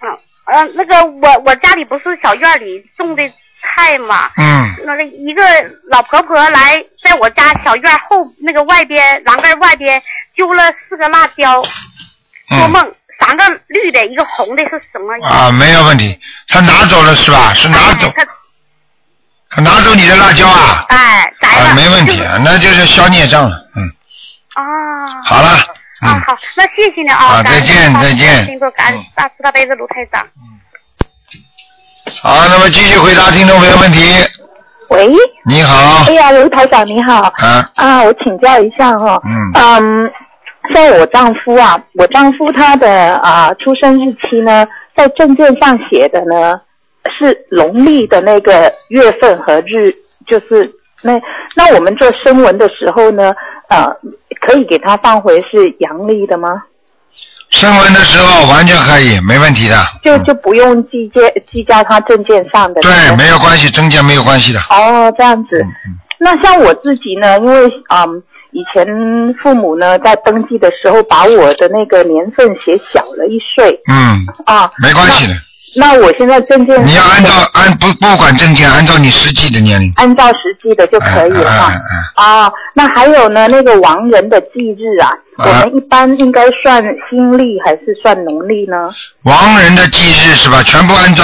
G: 嗯呃，那个我我家里不是小院里种的菜嘛，
B: 嗯
G: 那个一个老婆婆来在我家小院后那个外边栏杆外边揪了四个辣椒，做
B: 嗯
G: 梦三个绿的，一个红的，是什么？
B: 啊，没有问题。他拿走了是吧？是拿走
G: 哎，他
B: 他拿走你的辣椒啊？
G: 哎，摘了，
B: 啊，没问题
G: 就是
B: 啊，那就是消孽障了。嗯，
G: 啊。
B: 好了，
G: 啊
B: 嗯，，
G: 好，那谢谢你
B: 好
G: 啊，感恩
B: 再见
G: 大慈
B: 再见嗯
G: 心多感恩大慈大悲的卢台长。
B: 好，那么继续回答听众朋友问题。
H: 喂，
B: 你好
H: 哎，呀，卢台长你好
B: 啊，
H: 啊，我请教一下哈、
B: 嗯，
H: 嗯，在我丈夫啊，我丈夫他的啊出生日期呢，在证件上写的呢是农历的那个月份和日，就是那那我们做声纹的时候呢，呃，可以给他放回是阳历的吗？
B: 升文的时候完全可以，没问题的。
H: 就
B: 嗯
H: 就不用计较计较他证件上的那
B: 对，
H: 个
B: 没有关系，增加没有关系的。
H: 哦，这样子。
B: 嗯嗯，
H: 那像我自己呢，因为嗯，以前父母呢在登记的时候把我的那个年份写小了一岁
B: 嗯，
H: 啊，
B: 没关系的。
H: 那我现在证件
B: 你要按照按不不管证件，按照你实际的年龄。
H: 按照实际的就可以了
B: 嗯
H: 哈
B: 嗯。嗯
H: 啊，那还有呢，那个亡人的忌日啊，
B: 啊
H: 我们一般应该算新历还是算农历呢？
B: 亡人的忌日是吧？全部按照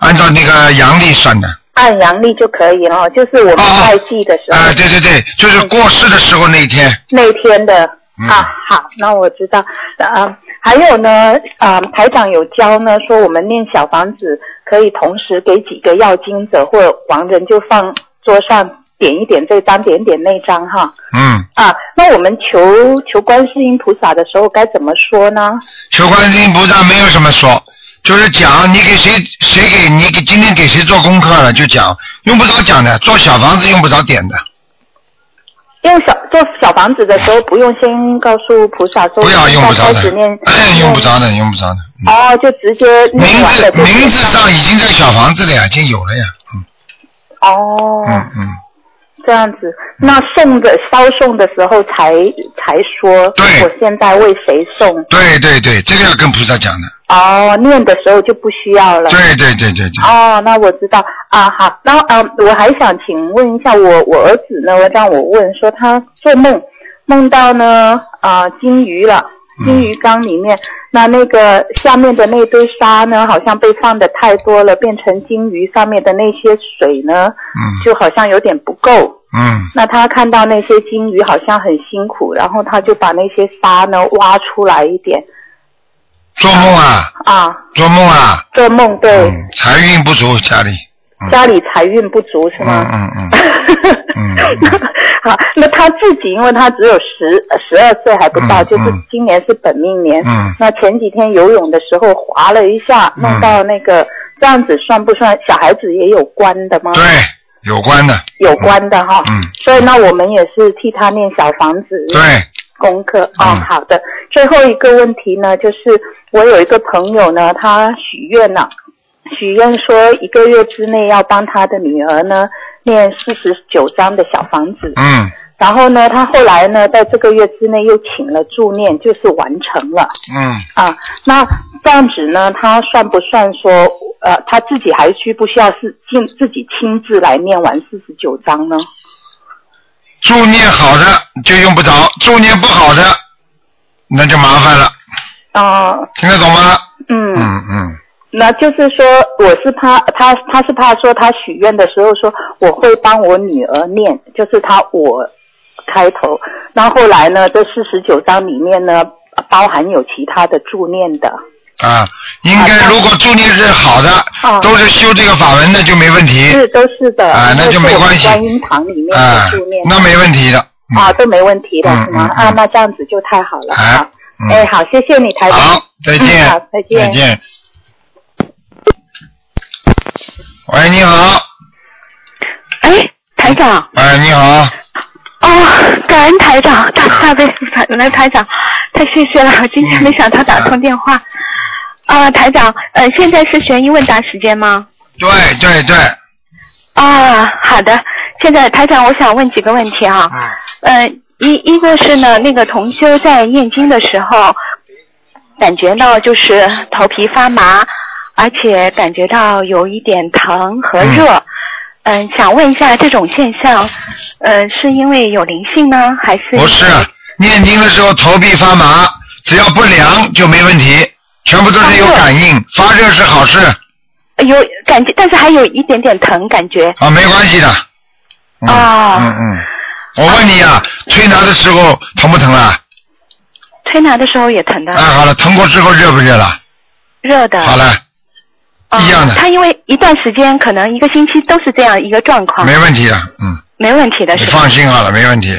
B: 按照那个阳历算的。
H: 按阳历就可以了，就是我们
B: 哦
H: 拜祭的时候、
B: 啊，对对对，就是过世的时候那一天。
H: 那天的、
B: 嗯
H: 啊，好，那我知道。啊，还有呢，啊，台长有教呢，说我们念小房子可以同时给几个要经者或亡人就放桌上点一点这张，点一点那张哈。
B: 嗯，
H: 啊，那我们求求观世音菩萨的时候该怎么说呢？
B: 求观世音菩萨没有什么说，就是讲你给谁谁给你给今天给谁做功课了就讲，用不着讲的，做小房子用不着点的，
H: 用小做小房子的时候，不用先告诉菩萨说，
B: 不要用不着
H: 开
B: 的哎
H: 始念，
B: 用不着的，用不着的。嗯
H: 哦，就直接念
B: 名
H: 完了
B: 字
H: 就可以
B: 名字上已经在小房子了啊呀，已经有了呀。嗯
H: 哦，
B: 嗯嗯，
H: 这样子，那送的烧送的时候才才说，
B: 对
H: 我现在为谁送？
B: 对对对，这个要跟菩萨讲的。
H: 哦，念的时候就不需要了。
B: 对对对对对，
H: 哦，那我知道啊，好，然后嗯，我还想请问一下，我我儿子呢，让我问说他做梦梦到呢啊、金鱼了，
B: 嗯
H: 金鱼缸里面，那那个下面的那堆沙呢，好像被放的太多了，变成金鱼上面的那些水呢，
B: 嗯
H: 就好像有点不够。
B: 嗯
H: 那他看到那些金鱼好像很辛苦，然后他就把那些沙呢挖出来一点
B: 做梦啊，
H: 啊，
B: 做梦啊，
H: 做梦对、
B: 嗯，财运不足，家里，嗯
H: 家里财运不足是
B: 嗯
H: 吗？
B: 嗯嗯，嗯
H: 好，那他自己，因为他只有十十二岁还不到，
B: 嗯
H: 就是
B: 嗯
H: 今年是本命年。
I: 哎
B: 嗯
H: 那前几天游泳的时候滑了一下，
B: 嗯
H: 弄到那个，这样子算不算？小孩子也有关的吗？
B: 对，有关的，
H: 有关的哈。
B: 嗯
H: 所以那我们也是替他念小房子。
B: 对，
H: 功课哦，
B: 嗯
H: 好的。最后一个问题呢，就是我有一个朋友呢，他许愿了、许愿说一个月之内要帮他的女儿呢念四十九章的小房子。
B: 嗯
H: 然后呢，他后来呢，在这个月之内又请了助念，就是完成了
B: 嗯，
H: 啊。那这样子呢，他算不算说，呃，他自己还需不需要是亲自己亲自来念完四十九章呢？
B: 助念好的就用不着，助念不好的那就麻烦了，
H: 啊、
B: 听得懂吗？
H: 嗯，
B: 嗯嗯，
H: 那就是说，我是怕他，他是怕说他许愿的时候说我会帮我女儿念，就是他我开头。那后来呢，这四十九章里面呢，包含有其他的助念的。
B: 啊，应该
H: 好的
B: 如果助念是好的，
H: 啊
B: 都是修这个法门的就没问题，
H: 是，都是的。
B: 啊那就没
H: 因为是我们
B: 关系
H: 观音堂里面
B: 啊
H: 的助念，
B: 那没问题的。嗯
H: 啊，都没问题的，
B: 嗯
H: 是吗？
B: 嗯嗯
H: 啊，那这样子就太好了。
B: 哎
H: 好
B: 嗯
H: 哎，好，谢谢你，台长。
B: 好，再见，
H: 嗯好再见
B: 再见。喂，你好，
J: 哎，台长，
B: 哎，你好，
J: 哦，感恩台长，大大悲菩萨，原来台长，太谢谢了，我今天没想到打通电话。啊、台长，呃，现在是悬疑问答时间吗？
B: 对对对，
J: 啊，好的。现在台长，我想问几个问题啊。
B: 嗯
J: 呃，一一个是呢，那个同修在念经的时候，感觉到就是头皮发麻，而且感觉到有一点疼和热。嗯想问一下，这种现象，呃，是因为有灵性呢，还是？
B: 不是，念经的时候头皮发麻，只要不凉就没问题，全部都是有感
H: 啊
B: 应，发热是好事
J: 有感觉，但是还有一点点疼感觉。
B: 啊，没关系的。嗯
J: 啊
B: 嗯嗯，我问你啊，推拿的时候疼不疼啊？
J: 推拿的时候也疼的，
B: 哎，好了，疼过之后热不热了？
J: 热的。
B: 好
H: 啊
B: 了，
J: 哦
B: 一样的
J: 他因为一段时间，可能一个星期都是这样一个状
H: 啊
J: 况，
B: 没问题的，嗯，
J: 没问题的
B: 你
J: 是吧？
B: 放心好了，没问题，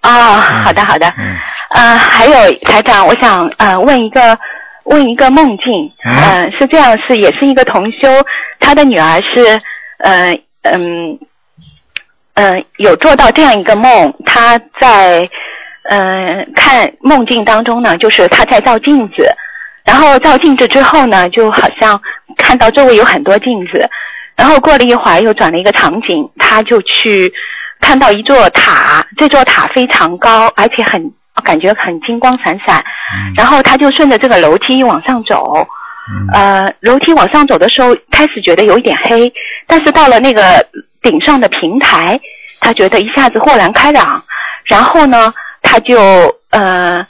J: 啊、好的好的，
B: 嗯
J: 呃，还有台长，我想呃问一个问一个梦境，
B: 嗯
J: 呃，是这样，是也是一个同修，他的女儿是呃嗯嗯、有做到这样一个梦，她在嗯、呃看梦境当中呢，就是她在照镜子，然后照镜子之后呢，就好像看到周围有很多镜子，然后过了一会儿又转了一个场景，他就去看到一座塔，这座塔非常高，而且很感觉很金光闪闪，
B: 嗯
J: 然后他就顺着这个楼梯往上走，
B: 嗯。
J: 呃，楼梯往上走的时候开始觉得有一点黑，但是到了那个顶上的平台，他觉得一下子豁然开朗，然后呢，他就呃，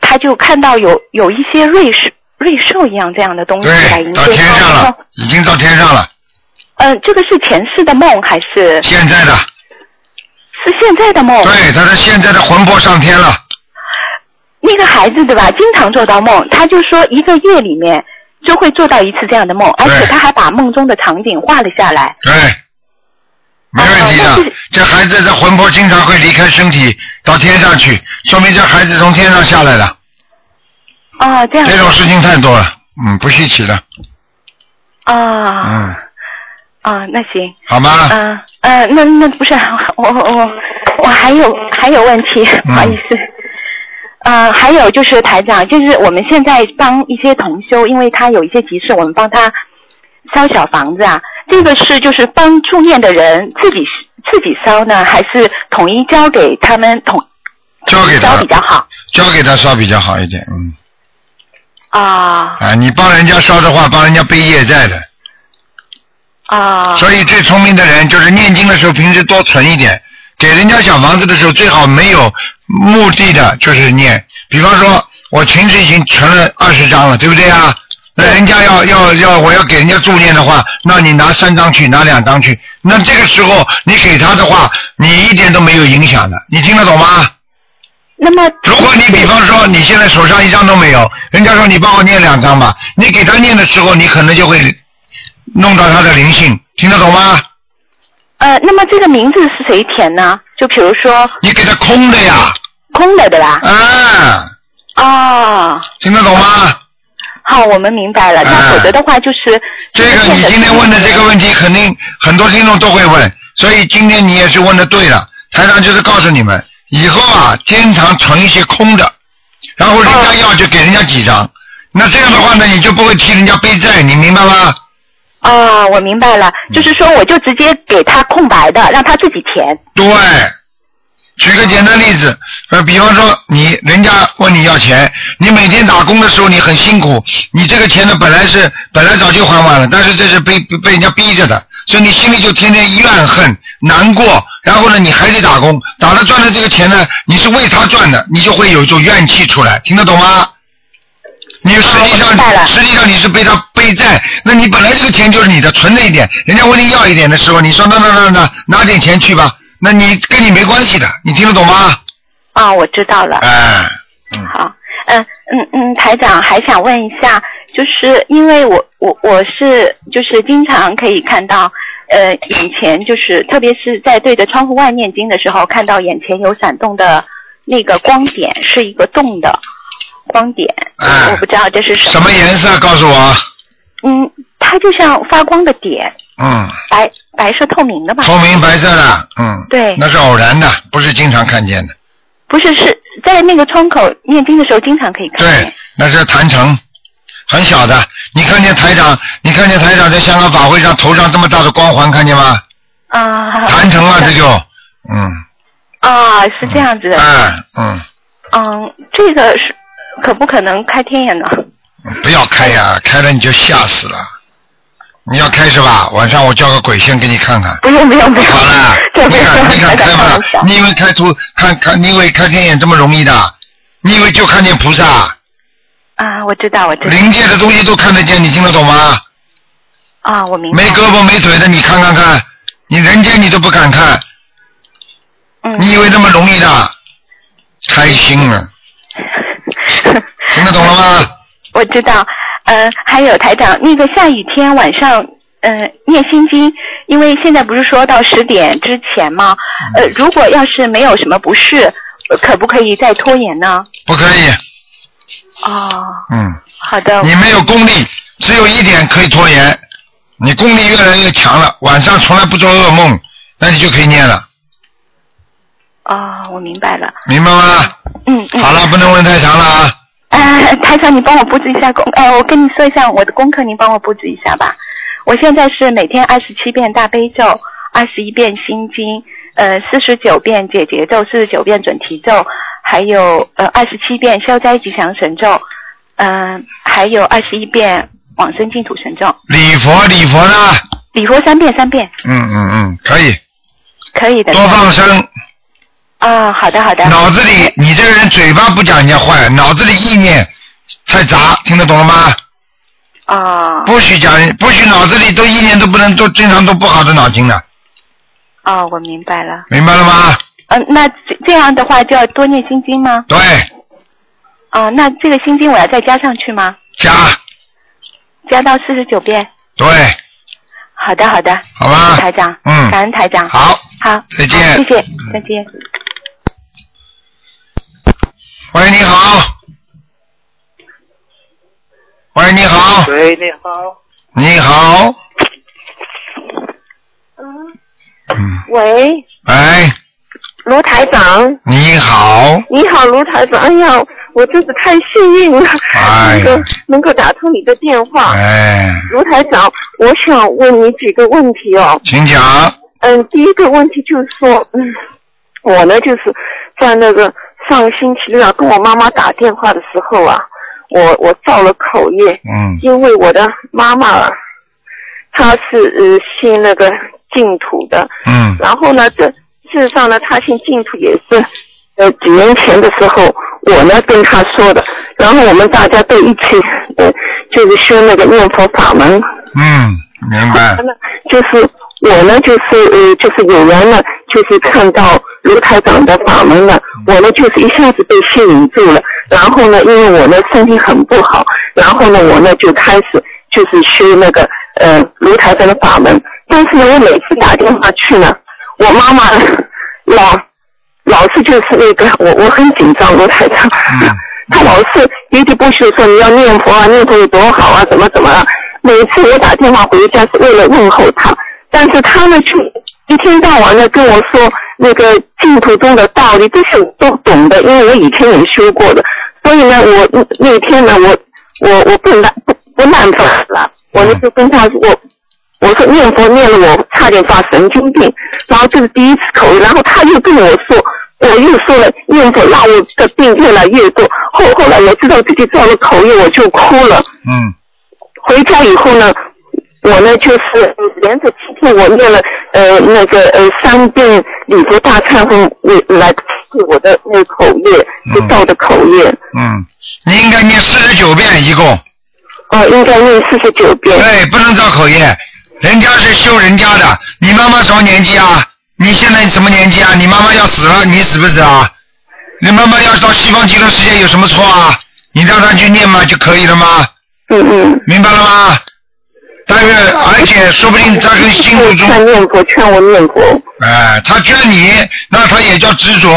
J: 他就看到有有一些瑞兽瑞兽一样这样的东西
H: 嗯
J: 来
B: 对，
J: 迎
B: 到
J: 接
B: 天
J: 他，
B: 上
J: 然后
B: 了，已经到天上了。
J: 呃，这个是前世的梦还是
B: 现在的，
J: 是现在的梦？
B: 对，哎他的现在的魂魄上天了，
J: 那个孩子对吧，经常做到梦，他就说一个月里面就会做到一次这样的梦，而且
B: 对
J: 他还把梦中的场景画了下来。
B: 对，哎没问题
J: 啊但
B: 的
J: 是。
B: 这孩子的魂魄经常会离开身体到天上去，说明这孩子从天上下来了。
J: 哦，这样
B: 这种事情太多了，嗯，不稀奇了，
J: 啊
B: 嗯，
J: 啊，那行，
B: 好吗？
J: 嗯、呃、那那不是我我我我还有还有问题，
B: 嗯
J: 不好意思。呃，还有就是台长，就是我们现在帮一些同修，因为他有一些急事，我们帮他烧小房子啊。这个是就是帮助念的人自己自己烧呢，还是统一交给他们统
B: 交给
J: 烧
B: 他
J: 比，较好
B: 交给他烧比较好一点，嗯。
J: 啊
B: 啊，你帮人家烧的话，帮人家背业债的。
J: 啊？
B: 所以最聪明的人就是念经的时候，平时多存一点，给人家小房子的时候最好没有目的的，就是念。比方说，我平时已经存了二十张了，对不对啊？那人家要要要，我要给人家助念的话，那你拿三张去，拿两张去。那这个时候你给他的话，你一点都没有影响的，你听得懂吗？
J: 那么
B: 如果你比方说你现在手上一张都没有，人家说你帮我念两张吧，你给他念的时候，你可能就会弄到他的灵性，听得懂吗？
J: 呃，那么这个名字是谁填呢？就比如说
B: 你给他空的呀，
J: 空的对吧？
B: 啊，
J: 哦，
B: 听得懂吗？
J: 好，我们明白了。那
B: 哎
J: 否则的话就是
B: 这个你今天问的这个问题，肯定很多听众都会问，所以今天你也是问的对了。台长就是告诉你们，以后啊，经常存一些空的，然后人家要就给人家几张，那这样的话呢，你就不会替人家背债，你明白吗？
J: 哦，我明白了，
B: 嗯
J: 就是说我就直接给他空白的，让他自己填。
B: 对，举个简单例子，呃，比方说你人家问你要钱，你每天打工的时候你很辛苦，你这个钱呢本来是本来早就还完了，但是这是被被被人家逼着的，所以你心里就天天怨恨、难过，然后呢你还得打工，打了赚的这个钱呢，你是为他赚的，你就会有一种怨气出来，听得懂吗？你实际
J: 哦我明白
B: 上，
J: 了
B: 实际上你是被他背债，那你本来这个钱就是你的，存了一点，人家问你要一点的时候，你说那那那那拿点钱去吧，那你跟你没关系的，你听得懂吗？
J: 啊、我知道了。
B: 哎，
J: 好，嗯嗯嗯，台长还想问一下，就是因为我我我是就是经常可以看到，呃，眼前就是特别是在对着窗户外念经的时候，看到眼前有闪动的那个光点，是一个动的光点，
B: 哎
J: 我不知道这是什
B: 什么颜色？告诉我。
J: 嗯，它就像发光的点，
B: 嗯，
J: 白白色透明的吧？
B: 透明白色的，嗯，
J: 对
B: 那是偶然的，不是经常看见的。
J: 不是，是在那个窗口念经的时候经常可以看
B: 对
J: 见。，
B: 那是坛城，很小的。你看见台长，你看见台长在香港法会上头上这么大的光环，看见吗？
J: 啊，
B: 坛城啊，这就，嗯，
J: 啊，是这样子的。
B: 哎，嗯。
J: 嗯，这个是可不可能开天 眼呢？
B: 不要开呀、开了你就吓死了。你要开是吧？晚上我叫个鬼先给你看看。
J: 不用不用不用，
B: 好了，
J: 这
B: 你
J: 不用
B: 敢你敢
J: 台长
B: 开
J: 啊开
B: 吗
J: 玩笑？
B: 你以为开图看看？你以为开天眼这么容易的？你以为就看见菩萨？
J: 啊，我知道我知道
B: 灵界的东西都看得见，你听得懂吗？
J: 啊，我明白。
B: 没胳膊没腿的，你看看看，你人间你都不敢看，
J: 嗯，
B: 你以为那么容易的？开心了， 听得懂了吗？
J: 我知道。呃，还有台长，那个下雨天晚上，呃，念心经，因为现在不是说到十点之前吗？
B: 嗯
J: 呃，如果要是没有什么不适，呃可不可以再拖延呢？
B: 不可以，
J: 哦，
B: 嗯。
J: 好的，
B: 你没有功力，只有一点可以拖延。你功力越来越强了，晚上从来不做噩梦，那你就可以念了，
J: 哦，我明白了。
B: 明白吗？
J: 嗯嗯。
B: 好了，不能问太长了啊。
J: 呃，台长，你帮我布置一下功，呃，我跟你说一下我的功课，你帮我布置一下吧。我现在是每天二十七遍大悲咒，二十一遍心经，呃，四十九遍解结咒，四十九遍准提咒，还有呃二十七遍消灾吉祥神咒，嗯、还有二十一遍往生净土神咒，
B: 礼佛，礼佛呢？
J: 礼佛三遍，三遍，
B: 嗯嗯嗯，可以
J: 可以的。
B: 多放生。
J: 啊、好的好的。
B: 脑子里，你这个人嘴巴不讲人家坏，脑子里意念太杂，听得懂了吗？
J: 啊
B: 不许讲，不许脑子里都意念都不能都经常都不好的脑筋了，
J: 啊、我明白了。
B: 明白了吗？
J: 嗯、那这这样的话就要多念心经吗？
B: 对，
J: 啊、那这个心经我要再加上去吗？
B: 加
J: 加到四十九遍。
B: 对，
J: 好的，好的，
B: 好吧
J: 谢谢台长，
B: 嗯
J: 感恩台长，，
B: 好，
J: 好，
B: 再见嗯
J: 好谢谢，再见。
B: 喂，你好。喂，你好。
I: 喂，你好。
B: 你好。嗯。
I: 喂，
B: 哎喂，
I: 卢台长，
B: 你好，
I: 你好，卢台长，哎呀，我真是太幸运了，
B: 哎
I: 能够能够打通你的电话。
B: 哎，
I: 卢台长，我想问你几个问题哦。
B: 请讲。
I: 嗯，第一个问题就是说，嗯，我呢就是在那个上个星期六啊，跟我妈妈打电话的时候啊，我我造了口业，
B: 嗯
I: 因为我的妈妈啊，她是呃信那个净土的，
B: 嗯
I: 然后呢，这事实上呢，她信净土也是，呃，几年前的时候，我呢跟她说的，然后我们大家都一起，呃，就是修那个念佛法门，
B: 嗯，明白。
I: 就是我呢，就是呃，就是有缘呢，就是看到卢台长的法门了，我呢就是一下子被吸引住了。然后呢，因为我呢身体很不好，然后呢我呢就开始就是修那个呃卢台长的法门。但是呢，我每次打电话去呢，我妈 妈呢老老是就是那个我我很紧张卢台长， 他老是喋喋不休地说你要念佛啊，念佛有多好啊，怎么怎么啊。每次我打电话回家是为了问候他，但是他呢却一天到晚的跟我说那个净土中的道理，这是我都懂的，因为我以前也修过的。所以呢，我那天呢，我我我不难不不难烦了，我呢就跟他说我我说念佛念了我差点发神经病，然后这是第一次口音，然后他又跟我说，我又说了念佛让我的病越来越多，后后来我知道自己造了口业，我就哭了。
B: 嗯
I: 回家以后呢，我呢就是呃连着七天我念了呃那个呃三遍礼佛大忏悔文来对我的那口业，就造的口业，
B: 嗯，你应该念四十九遍一共。
I: 哦、应该念四十九遍。
B: 对，不能造口业，人家是修人家的。你妈妈什么年纪啊？你现在什么年纪啊？你妈妈要死了，你死不死啊？你妈妈要到西方极乐世界有什么错啊？你让她去念嘛就可以了吗？
I: 嗯嗯。
B: 明白了吗？但是而且说不定她跟心目中
I: 劝念佛，劝我念佛。
B: 哎，他劝你，那他也叫执着。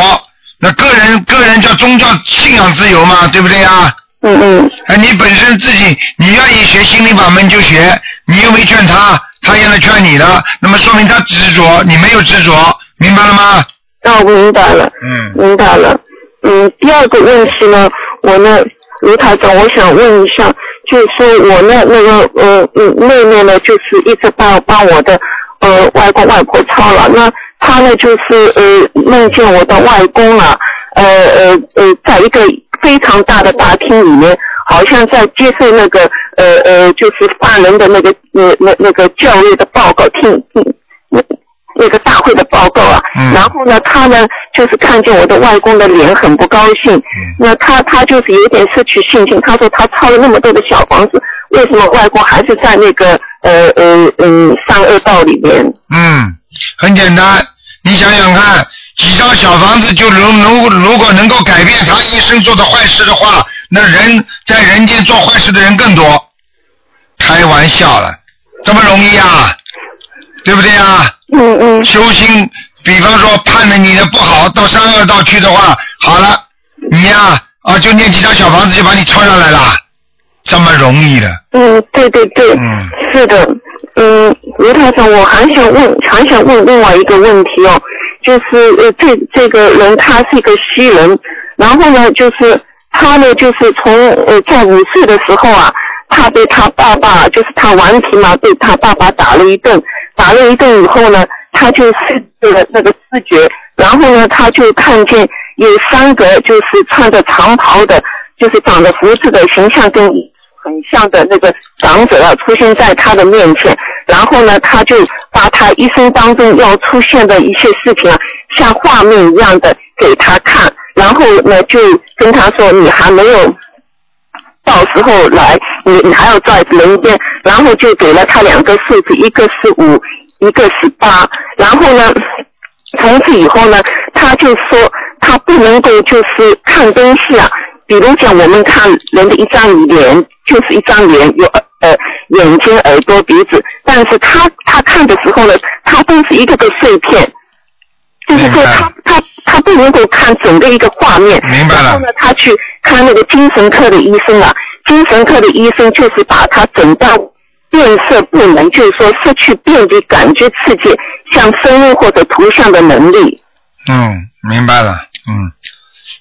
B: 那个人个人叫宗教信仰自由嘛，对不对啊？
I: 嗯嗯。
B: 哎，你本身自己你愿意学心理法门就学，你又没劝他，他也来劝你了，那么说明他执着，你没有执着，明白了吗？
I: 那我哦明白了。
B: 嗯
I: 明白了。嗯，第二个问题呢，我呢，卢台长，我想问一下，就是说我呢，那个呃嗯妹妹呢，就是一直帮帮我的呃外公外婆操了，那她呢就是呃梦见我的外公了、呃呃呃，在一个非常大的大厅里面，好像在接受那个呃呃就是法人的那个呃那那个教育的报告听听那那个大会的报告啊，然后呢，他呢就是看见我的外公的脸很不高兴，那他他就是有点失去信心，他说他抄了那么多的小房子，为什么外公还是在那个呃呃嗯善恶道里面？
B: 嗯，很简单，你想想看，几张小房子就能能如果能够改变他一生做的坏事的话，那人在人间做坏事的人更多。开玩笑了，这么容易啊？对不对啊？
I: 嗯嗯。
B: 修心，比方说判了你的不好到三恶道去的话，好了，你呀啊就念几张小房子就把你抄下来了，这么容易的。
I: 嗯，对对对，
B: 嗯
I: 是的，嗯，卢台长，我还想问，还想问另外一个问题哦，就是呃，这这个人他是一个西人，然后呢，就是他呢，就是从呃在五岁的时候啊，他被他爸爸，就是他顽皮嘛，被他爸爸打了一顿，打了一顿以后呢，他就失去了那个知觉，然后呢，他就看见有三个就是穿着长袍的，就是长着胡子的形象跟很像的那个长者啊出现在他的面前，然后呢，他就把他一生当中要出现的一些事情啊，像画面一样的给他看，然后呢，就跟他说你还没有到时候来，你你还要在人间，然后就给了他两个数字，一个是五，一个是八，然后呢，从此以后呢，他就说他不能够就是看东西啊，比如讲我们看人的一张脸，就是一张脸有耳呃眼睛、耳朵、鼻子，但是他他看的时候呢，他都是一个个碎片，就是说他他他不能够看整个一个画面。
B: 明白了
I: 然后呢，他去看那个精神科的医生啊，精神科的医生就是把他诊断变色不能，就是说失去辨别感觉刺激，像声音或者图像的能力。
B: 嗯，明白了，嗯，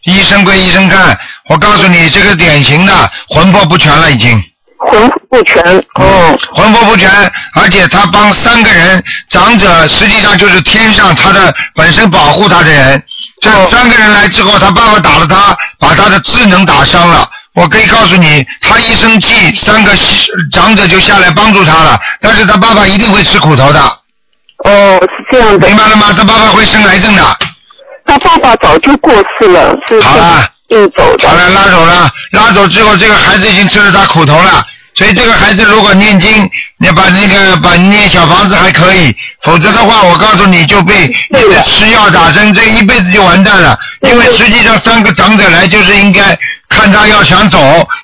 B: 医生归医生看，我告诉你，这个典型的魂魄不全了已经。
I: 魂魄不全，
B: 哦，魂魄不全，而且他帮三个人，长者实际上就是天上他的本身保护他的人，这
I: 哦
B: 三个人来之后，他爸爸打了他，把他的智能打伤了。我可以告诉你，他一生气，三个长者就下来帮助他了，但是他爸爸一定会吃苦头的。
I: 哦，是这样的。
B: 明白了吗？他爸爸会生癌症的。
I: 他爸爸早就过世了，是
B: 好了，
I: 硬走的。
B: 好了，拉走了，拉走之后，这个孩子已经吃了他苦头了。所以这个孩子如果念经，你把那个把念小房子还可以，否则的话，我告诉你就被吃药打针，这一辈子就完蛋了。因为实际上三个长者来就是应该看他要想走，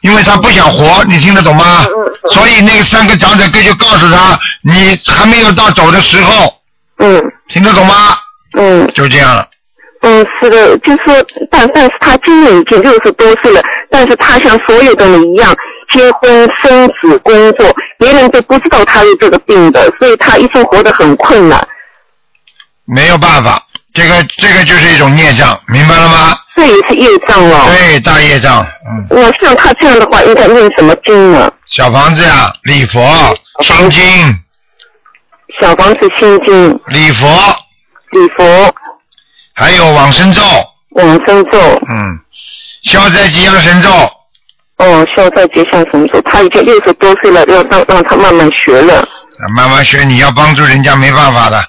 B: 因为他不想活，你听得懂吗？
I: 嗯
B: 所以那个三个长者哥就告诉他，你还没有到走的时候。
I: 嗯。
B: 听得懂吗？
I: 嗯。
B: 就这样了。
I: 嗯，是的，就是说，但但是他今年已经六十多岁了，但是他像所有的人一样，结婚、生子、工作，别人都不知道他有这个病的，所以他一生活得很困难。
B: 没有办法，这个这个就是一种孽障，明白了吗？
I: 这也是业障哦。
B: 对，大业障，嗯，
I: 我像他这样的话，应该念什么经呢？
B: 小房子呀、礼佛、心经、
I: 小房子心经、
B: 礼佛，
I: 礼佛、
B: 还有往生咒，
I: 往生咒。
B: 嗯，消灾吉祥神咒，
I: 哦，消灾吉祥神咒，他已经六十多岁了，要让让他慢慢学了。
B: 啊慢慢学，你要帮助人家没办法的，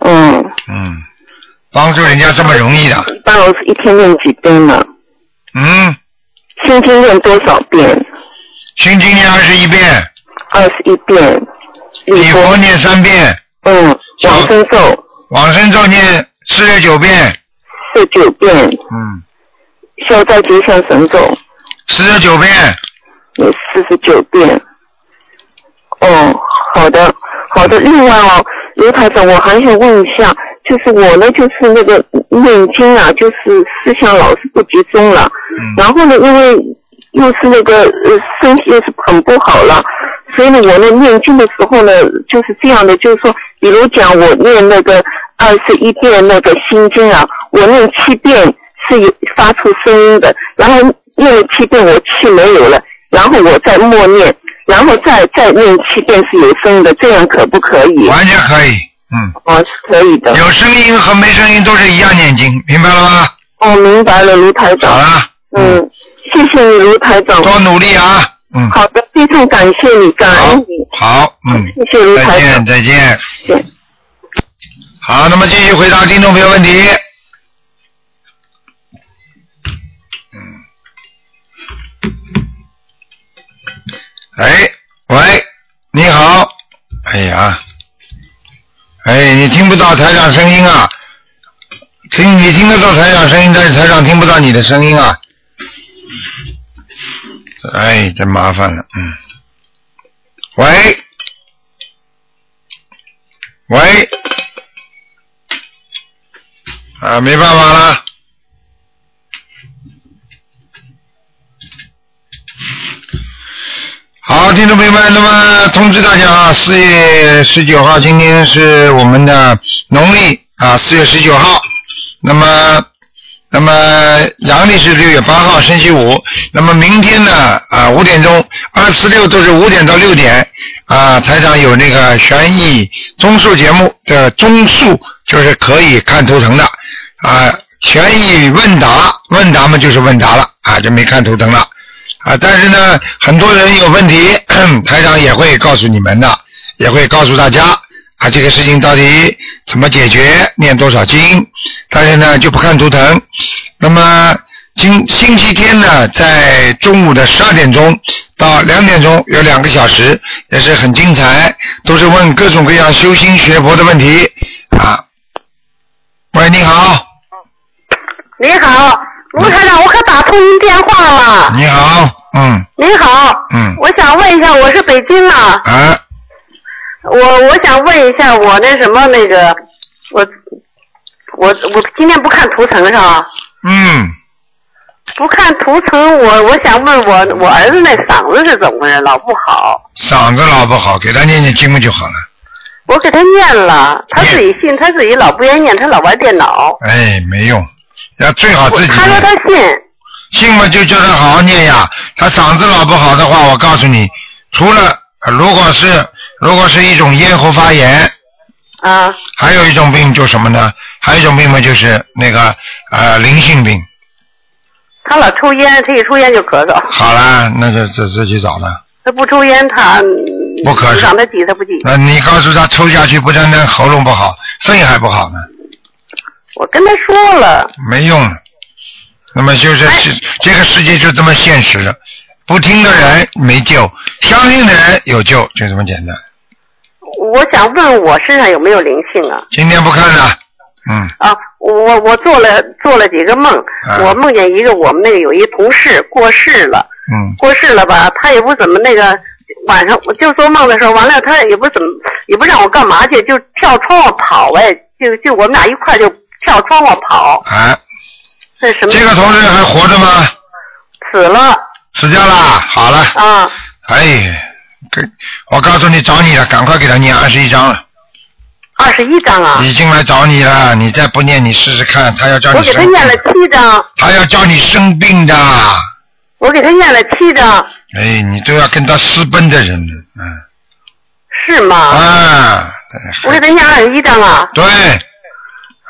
I: 嗯，
B: 嗯，帮助人家这么容易的，
I: 一般我是一天念几遍呢？
B: 嗯，
I: 心经念多少遍？
B: 心经念二十一遍，
I: 二十一遍。礼
B: 礼
I: 佛
B: 佛念三遍，
I: 嗯，往生咒
B: 往生咒念四十九遍，
I: 四九遍，
B: 嗯，
I: 消灾吉祥神咒
B: 四十九遍，
I: 也四十九遍。哦，好的，好的。另外哦，刘台长，我还想问一下，就是我呢，就是那个念经啊，就是思想老是不集中了。
B: 嗯
I: 然后呢，因为又是那个呃身体又是很不好了，所以呢，我呢念经的时候呢，就是这样的，就是说，比如讲我念那个二十一遍那个心经啊，我念七遍是有发出声音的，然后念了七遍我气没有了，然后我再默念，然后再再念七遍是有声音的，这样可不可以？
B: 完全可以，嗯。
I: 哦，是可以的。
B: 有声音和没声音都是一样念经，明白了吗？
I: 哦，明白了，卢台
B: 好
I: 长。
B: 了，
I: 嗯，谢谢你，卢台长。
B: 多努力啊，嗯，
I: 好的，非常感谢你，感
B: 好
I: 恩你，，
B: 好，嗯，
I: 谢谢卢
B: 再
I: 台
B: 见，
I: 长，
B: 再见。
I: 谢谢。
B: 好，那么继续回答听众朋友问题。嗯，嗯哎，喂，你好，哎呀，哎，你听不到台长声音啊？听你听得到台长声音，但是台长听不到你的声音啊。哎，真麻烦了，嗯。喂，喂，啊，没办法了。好，听众朋友们，那么通知大家啊，四月十九号，今天是我们的农历啊，四月十九号。那么，那么阳历是六月八号，星期五。那么明天呢，啊，五点钟，二四六都是五点到六点，啊，台上有那个悬疑综述节目的综述，就是可以看图腾的，啊，悬疑问答，问答嘛就是问答了，啊，就没看图腾了。啊，但是呢，很多人有问题， 台长也会告诉你们的，也会告诉大家啊，这个事情到底怎么解决，念多少经，但是呢就不看图腾。那么今星期天呢，在中午的十二点钟到两点钟有两个小时，也是很精彩，都是问各种各样修心学佛的问题啊。喂，你好，
D: 你好，卢台长，我可打通您电话了。
B: 你好，嗯
D: 您好，
B: 嗯
D: 我想问一下，我是北京啊，
B: 啊，
D: 我我想问一下，我那什么那个，我我我今天不看图腾是吧？
B: 嗯，
D: 不看图腾，我我想问我我儿子那嗓子是怎么回事，老不好。
B: 嗓子老不好，给他念念经嘛就好了。
K: 我给他念了，他自己信，他自己老不愿意念，他老玩电脑。
B: 哎，没用，要最好自己
K: 他说
B: 念
K: 他信，
B: 信嘛就叫他好好念呀。他嗓子老不好的话，我告诉你，除了呃如果是如果是一种咽喉发炎，
K: 啊，
B: 还有一种病就什么呢？还有一种病嘛，就是那个呃灵性病。
K: 他老抽烟，他一抽烟就咳嗽。
B: 好啦，那就自自己找了。
K: 他不抽烟，他
B: 不咳嗽
D: 嗯
K: 你让他挤，他不挤。
B: 那你告诉他抽下去，不单单喉咙不好，肺还不好呢，
K: 我跟他说了，哎
B: 没用了。那么就是这这个世界就这么现实，不听的人没救，相信的人有救，就这么简单。
K: 我想问我身上有没有灵性啊？
B: 今天不看了，嗯，
K: 啊，我我做了做了几个梦，
B: 啊
K: 我梦见一个我们那个有一同事过世了，
B: 嗯，
K: 过世了吧，他也不怎么那个，晚上我就做梦的时候，完了他也不怎么也不让我干嘛去，就跳窗户跑哎，就就我们俩一块儿就跳窗户跑，
B: 哎，
K: 这什么？
B: 这个同事还活着吗？
K: 死了
B: 死掉啦，好了，
K: 啊，
B: 哎，给我告诉你找你了，赶快给他念二十一章了，
K: 二十一张啊，
B: 已经来找你了，你再不念你试试看，他要叫
K: 我
B: 你
K: 给他
B: 生
K: 念了
B: 病，
K: 七张，
B: 他要叫你生病的，
K: 我给他念了七张，
B: 哎，你都要跟他私奔的人了，嗯，
K: 是吗？
B: 啊，
K: 我给他念二十一张啊。
B: 对，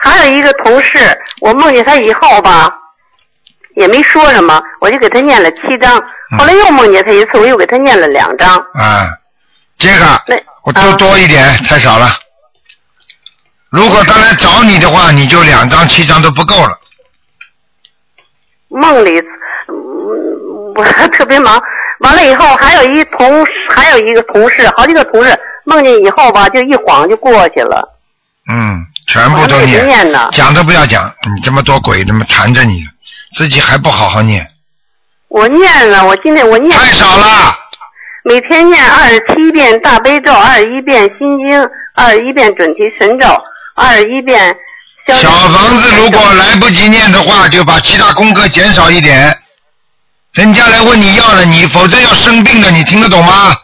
K: 还有一个同事，我梦见他以后吧，也没说什么，我就给他念了七章。后来又梦见他一次，我又给他念了两章。
B: 啊，这个
K: 那啊
B: 我多多一点，太少了。如果他来找你的话，你就两张七张都不够了。
K: 梦里，嗯，我特别忙。完了以后，还有一同事，还有一个同事，好几个同事梦见以后吧，就一晃就过去了。
B: 嗯，全部
K: 我
B: 都
K: 还没
B: 念，
K: 念呢
B: 讲都不要讲，你这么多鬼那么缠着你，自己还不好好念，
K: 我念了，我今天我念
B: 太少了。
K: 每天念二十七遍大悲咒，二十一遍心经，二十一遍准提神咒，二十一遍消灾
B: 小房子如果来不及念的话，就把其他功课减少一点。人家来问你要了你，否则要生病的，你听得懂吗？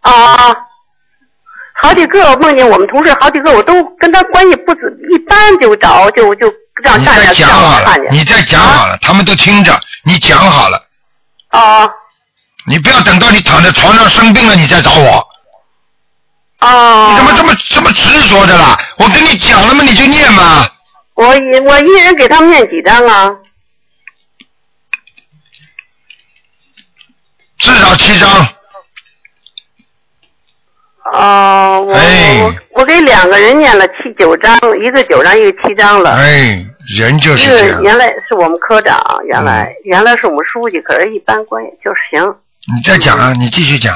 K: 啊，好几个梦见我们同事，好几个我都跟他关系不止一般，就找就就让
B: 你
K: 大
B: 再
K: 家
B: 讲
K: 让
B: 好
K: 我
B: 了
K: 看，见。
B: 你再讲好了，他们都听着，你讲好了。
K: 哦
B: 你不要等到你躺在床上生病了，你再找我。你
K: 哦，
B: 怎么这么这么执着的啦？我跟你讲了嘛，你就念嘛。
K: 我一我一人给他们念几张啊？
B: 至少七张，
K: 哦，我、
B: 哎
K: 我我给两个人念了七九张，一个九张，一个七张了。
B: 哎，人就是
K: 一
B: 这
K: 个
B: 样。嗯
K: 原来是我们科长，原来、原来是我们书记，可是一般关系就是行。
B: 你再讲
K: 嗯
B: 啊，你继续讲。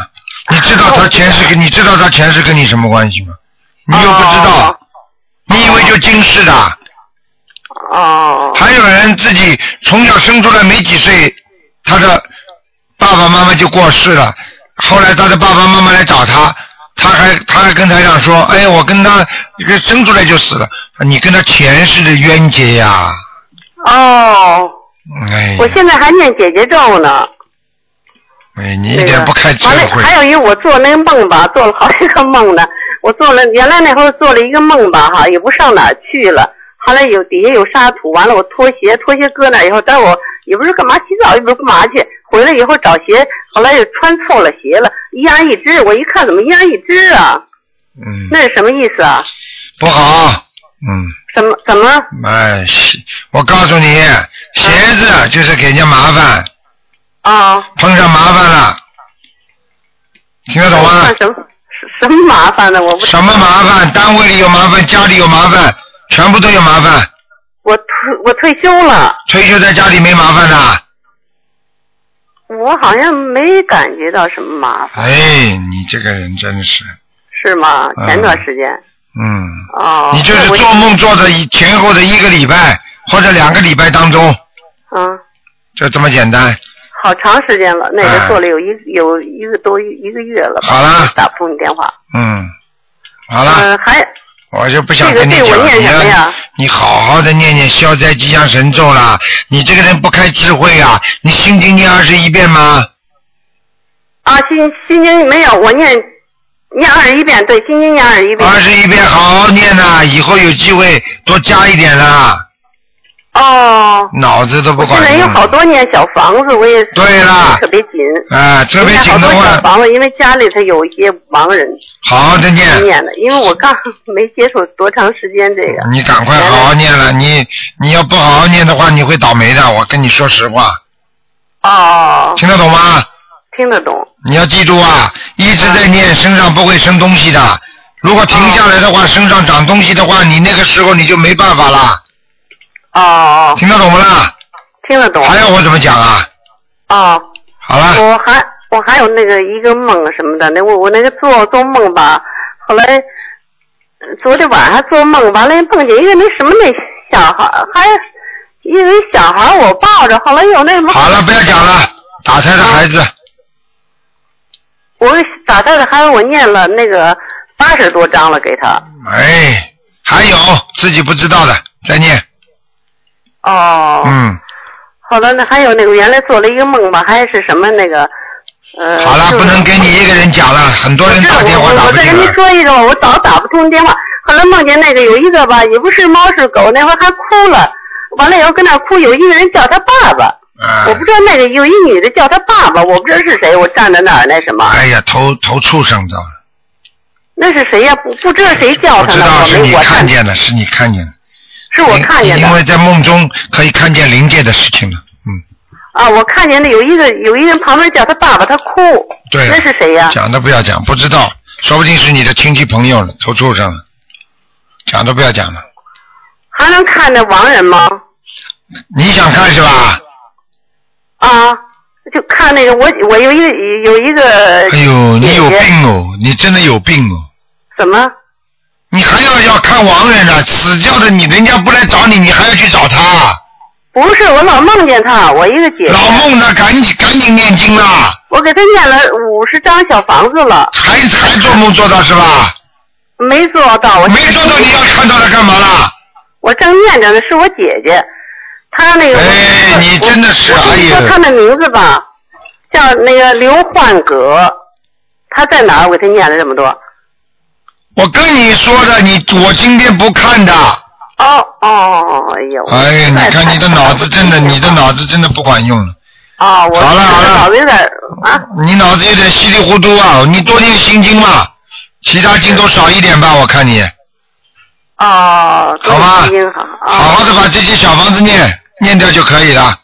B: 你知道
K: 哦
B: 他前世跟你知道他前世跟你什么关系吗？你又不知道，你以为就今世的？
K: 哦
B: 还有人自己从小生出来没几岁，他的爸爸妈妈就过世了，后来他的爸爸妈妈来找他，他还他还跟台长说，哎，我跟他生出来就死了，你跟他前世的冤结呀、
K: 哦，
B: 哎，
K: 我现在还念姐姐咒呢。
B: 哎，你一点不开智
K: 完了，
B: 慧，
K: 还有一个我做那个梦吧， 做了好几个梦呢。我做了原来那会儿做了一个梦吧，哈，也不上哪儿去了。后来有底下有沙土，完了我拖鞋，拖鞋搁那儿以后，待会儿我也不是干嘛洗澡，也不是干嘛去，回来以后找鞋，后来又穿错了鞋了，一样一只，我一看怎么一样一只啊？
B: 嗯，
K: 那是什么意思啊？
B: 不好，嗯。
K: 怎么怎么？
B: 哎，鞋我告诉你，鞋
K: 嗯
B: 子就是给人家麻烦，
K: 啊，
B: 碰上麻烦了，听得懂吗
K: 看？什么什么麻烦呢？我不
B: 什么麻烦？单位里有麻烦，家里有麻烦，全部都有麻烦。
K: 我退我退休了，
B: 退休在家里没麻烦的。
K: 我好像没感觉到什么麻烦，
B: 哎，你这个人真是，
K: 是吗？
B: 嗯
K: 前段时间。
B: 嗯，
K: 哦，
B: 你就是
K: 那我
B: 做梦做的一前后的一个礼拜或者两个礼拜当中，
K: 嗯，
B: 就这么简单。
K: 好长时间了，那
B: 哎
K: 个做了有一、有一个多一个月了吧。
B: 好啊啦
K: 打不通你电话。
B: 嗯，好了。
K: 嗯，还
B: 我就不想
K: 这个
B: 跟你
K: 对我
B: 讲，
K: 念
B: 你
K: 什么
B: 要
K: 呀
B: 你好好的念念消灾吉祥神咒啦。你这个人不开智慧啊！你心经念二十一遍吗？
K: 啊，心心经没有，我念念二十一遍，对，心经念二十一遍。
B: 二十一遍好好念呐、以后有机会多加一点啦。
K: 哦，
B: 脑子都不管
K: 现在有
B: 用了。
K: 好多年小房子，我也
B: 对啦
K: 特别紧。
B: 啊，特别紧
K: 现
B: 的
K: 在好多
B: 话
K: 小，房子，因为家里头有一些盲人
B: 好好的念。
K: 念的，因为我刚 没接触多长时间这个。
B: 你赶快好好念了，你你要不好好念的话，你会倒霉的。我跟你说实话，
K: 哦，
B: 嗯听得懂吗？
K: 听得懂。
B: 你要记住啊，一直在念，身上不会生东西的。如果停下来的
K: 啊
B: 话，身上长东西的话，你那个时候你就没办法了。
K: 哦，
B: 听得懂不啦？
K: 听得懂。
B: 还要我怎么讲啊？
K: 哦，
B: 好了。
K: 我还我还有那个一个梦什么的，那我我那个做做梦吧，后来呃昨天晚上做梦，完了梦见一个那什么那小孩儿，还一个小孩儿我抱着，后来有那什么。
B: 好了，不要讲了。打胎的孩子，
K: 我打他的孩子，我念了那个八十多章了给他。
B: 哎，还有自己不知道的，再念。
K: 哦，
B: 嗯，
K: 好的，那还有那个原来做了一个梦吧，还是什么那个，呃。
B: 好了，
K: 就是
B: 不能给你一个人讲了，很多人
K: 是
B: 打电话
K: 我
B: 打
K: 我
B: 不
K: 再
B: 进
K: 跟您
B: 来。
K: 说一个，我早打不通电话，后来梦见那个有一个吧，也不是猫是狗，那会儿还哭了，完了以后跟那儿哭，有一个人叫他爸爸，
B: 啊
K: 我不知道那个有一女的叫他爸爸，我不知道是谁，我站在那儿那什么，
B: 哎呀，头头畜生的，
K: 那是谁呀、不不知道谁叫
B: 我
K: 他
B: 知
K: 呢，
B: 道
K: 我
B: 是你
K: 没我
B: 看
K: 站，
B: 见了，是你看见了，
K: 是我看见
B: 因为
K: 的
B: 在梦中可以看见灵界的事情了。嗯，
K: 啊，我看见的有一个有一个人旁边叫他爸爸，他哭，
B: 对
K: 那
B: 了，
K: 是谁呀、
B: 讲都不要讲，不知道，说不定是你的亲戚朋友了，头畜生了，讲都不要讲了。
K: 还能看见亡人吗？
B: 你想看是吧？
K: 啊，就看那个我我有一个有一个
B: 哎呦，你有
K: 姐姐
B: 病哦，你真的有病哦。
K: 怎么？
B: 你还要要看亡人呢、死掉的你，人家不来找你，你还要去找他，
K: 不是，我老梦见他，我一个姐姐，
B: 老梦呢，赶紧赶紧念经啦，
K: 我给他念了五十张小房子了，
B: 还还做梦做到是吧？
K: 没做到。我
B: 没做到你要看到他干嘛啦？
K: 我正念着呢，是我姐姐，她那个。
B: 哎，你真的是，
K: 我
B: 哎
K: 跟你说她
B: 呀，
K: 的名字吧，叫那个刘焕阁，她在哪儿？我给她念了这么多。
B: 我跟你说的，你我今天不看的。
K: 哦哦哦，哎呦！
B: 哎呀，你看你的脑子真的，你的脑子真的不管用了，
K: 哦，我
B: 好了好了
K: 脑子有点啊，
B: 你脑子有点稀里糊涂啊！你多念心经嘛，其他经都少一点吧，我看你。
K: 哦，
B: 好吧
K: 音好，
B: 好好
K: 哦
B: 的把这些小房子念念掉就可以了，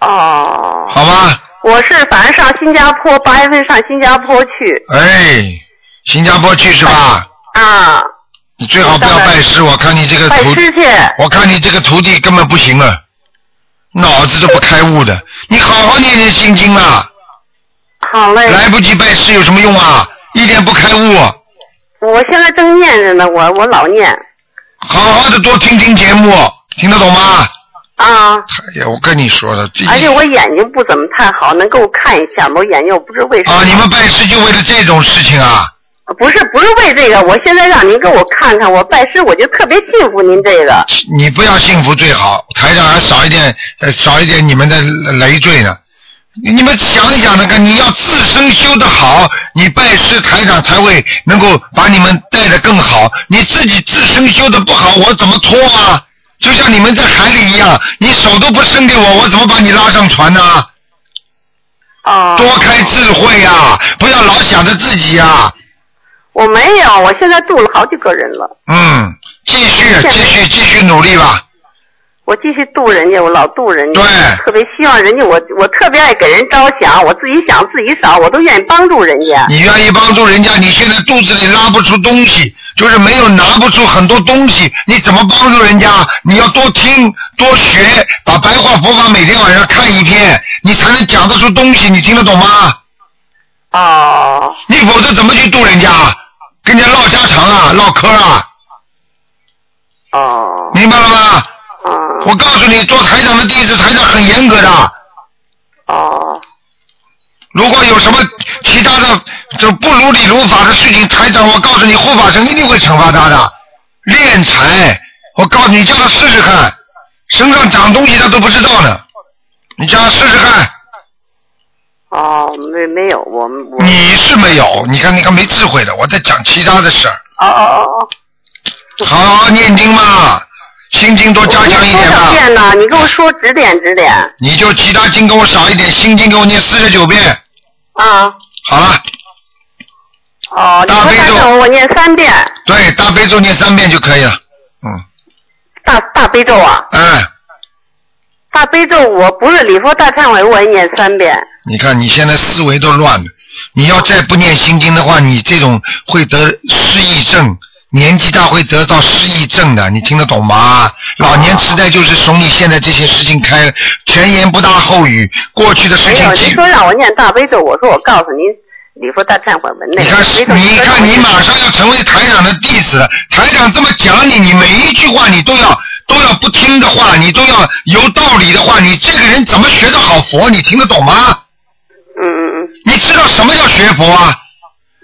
K: 哦，
B: 好吗？
K: 我是反正上新加坡，八月份上新加坡去
B: 哎，新加坡去是吧？
K: 啊，
B: 你最好不要拜师，我看你这个
K: 拜
B: 徒，
K: 师去。
B: 我看你这个徒弟根本不行了，脑子都不开悟的。你好好念念心经啊，
K: 好嘞，
B: 来不及拜师有什么用啊？一点不开悟，
K: 我现在正念着呢，我我老念
B: 好好的多听听节目，听得懂吗？
K: 啊，
B: 哎呀，我跟你说了，这
K: 而且我眼睛不怎么太好，能给我看一下吗？我眼睛我不知为什么，
B: 啊，你们拜师就为了这种事情啊？
K: 不是不是为这个，我现在让您给我看看，我拜师我就特别信服您这个。
B: 你不要幸福最好，台上还少一点，呃，少一点你们的累赘呢。你你们想一想那个，你要自身修得好，你拜师台长才会能够把你们带得更好。你自己自身修得不好，我怎么拖啊？就像你们在海里一样，你手都不伸给我，我怎么把你拉上船呢、
K: 哦，
B: 多开智慧呀、不要老想着自己啊呀、
K: 我没有，我现在度了好几个人了，
B: 嗯，继续继续继续努力吧。
K: 我继续度人家，我老度人家，
B: 对
K: 特别希望人家我我特别爱给人着想，我自己想自己少，我都愿意帮助人家。
B: 你愿意帮助人家，你现在肚子里拉不出东西，就是没有拿不出很多东西，你怎么帮助人家？你要多听多学，把白话佛法每天晚上看一遍，你才能讲得出东西。你听得懂吗？
K: 哦，
B: 你否则怎么去度人家？跟人家唠家常啊，唠嗑啊，
K: 哦，
B: 明白了吗？
K: 嗯，
B: 我告诉你，做台长的弟子，台长很严格的。
K: 哦，
B: 如果有什么其他的就不如理如法的事情，台长，我告诉你，护法神一定会惩罚他的。敛财，我告诉你，叫他试试看，身上长东西他都不知道呢，你叫他试试看，
K: 哦，没没有，我们我
B: 你是没有，你看那个没智慧的，我在讲其他的事儿。
K: 哦哦哦
B: 哦。好好念经嘛，心经多加强一点
K: 啊多
B: 吧
K: 少。遍呢？你给我说指点指点
B: 你就其他经给我少一点，心经给我念四十九遍，
K: 啊！
B: 好了。
K: 哦，
B: 嗯
K: 你说大咒我念三遍，
B: 对，大悲咒念三遍就可以了。
K: 大大悲咒啊，
B: 嗯，
K: 大悲咒我不是礼佛大忏悔我也念三遍。
B: 你看你现在思维都乱了，你要再不念心经的话，你这种会得失忆症，年纪大会得到失忆症的，你听得懂吗？老年痴呆就是从你现在这些事情开，前言不搭后语，过去的事
K: 没
B: 情
K: 有，
B: 记
K: 您说让我念大悲咒，我说我告诉您，礼佛大忏悔文那个大悲咒
B: 你看，你马上要成为台长的弟子了。台长这么讲你，你每一句话你都要都要不听的话，你都要有道理的话，你这个人怎么学得好佛？你听得懂吗？
K: 嗯嗯嗯。
B: 你知道什么叫学佛啊？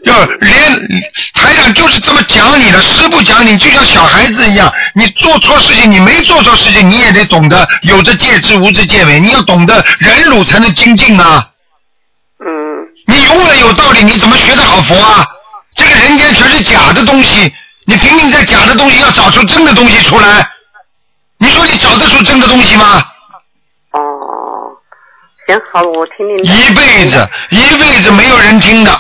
B: 要连台长就是这么讲你的，师傅讲你就像小孩子一样，你做错事情，你没做错事情，你也得懂得有则戒之，无则戒为，你要懂得忍辱才能精进啊。嗯。你永远有道理，你怎么学得好佛啊？这个人间全是假的东西，你拼命在假的东西要找出真的东西出来，你说你找得出真的东西吗？
K: 哦行，好，我听您的。
B: 一辈子一辈子没有人听的，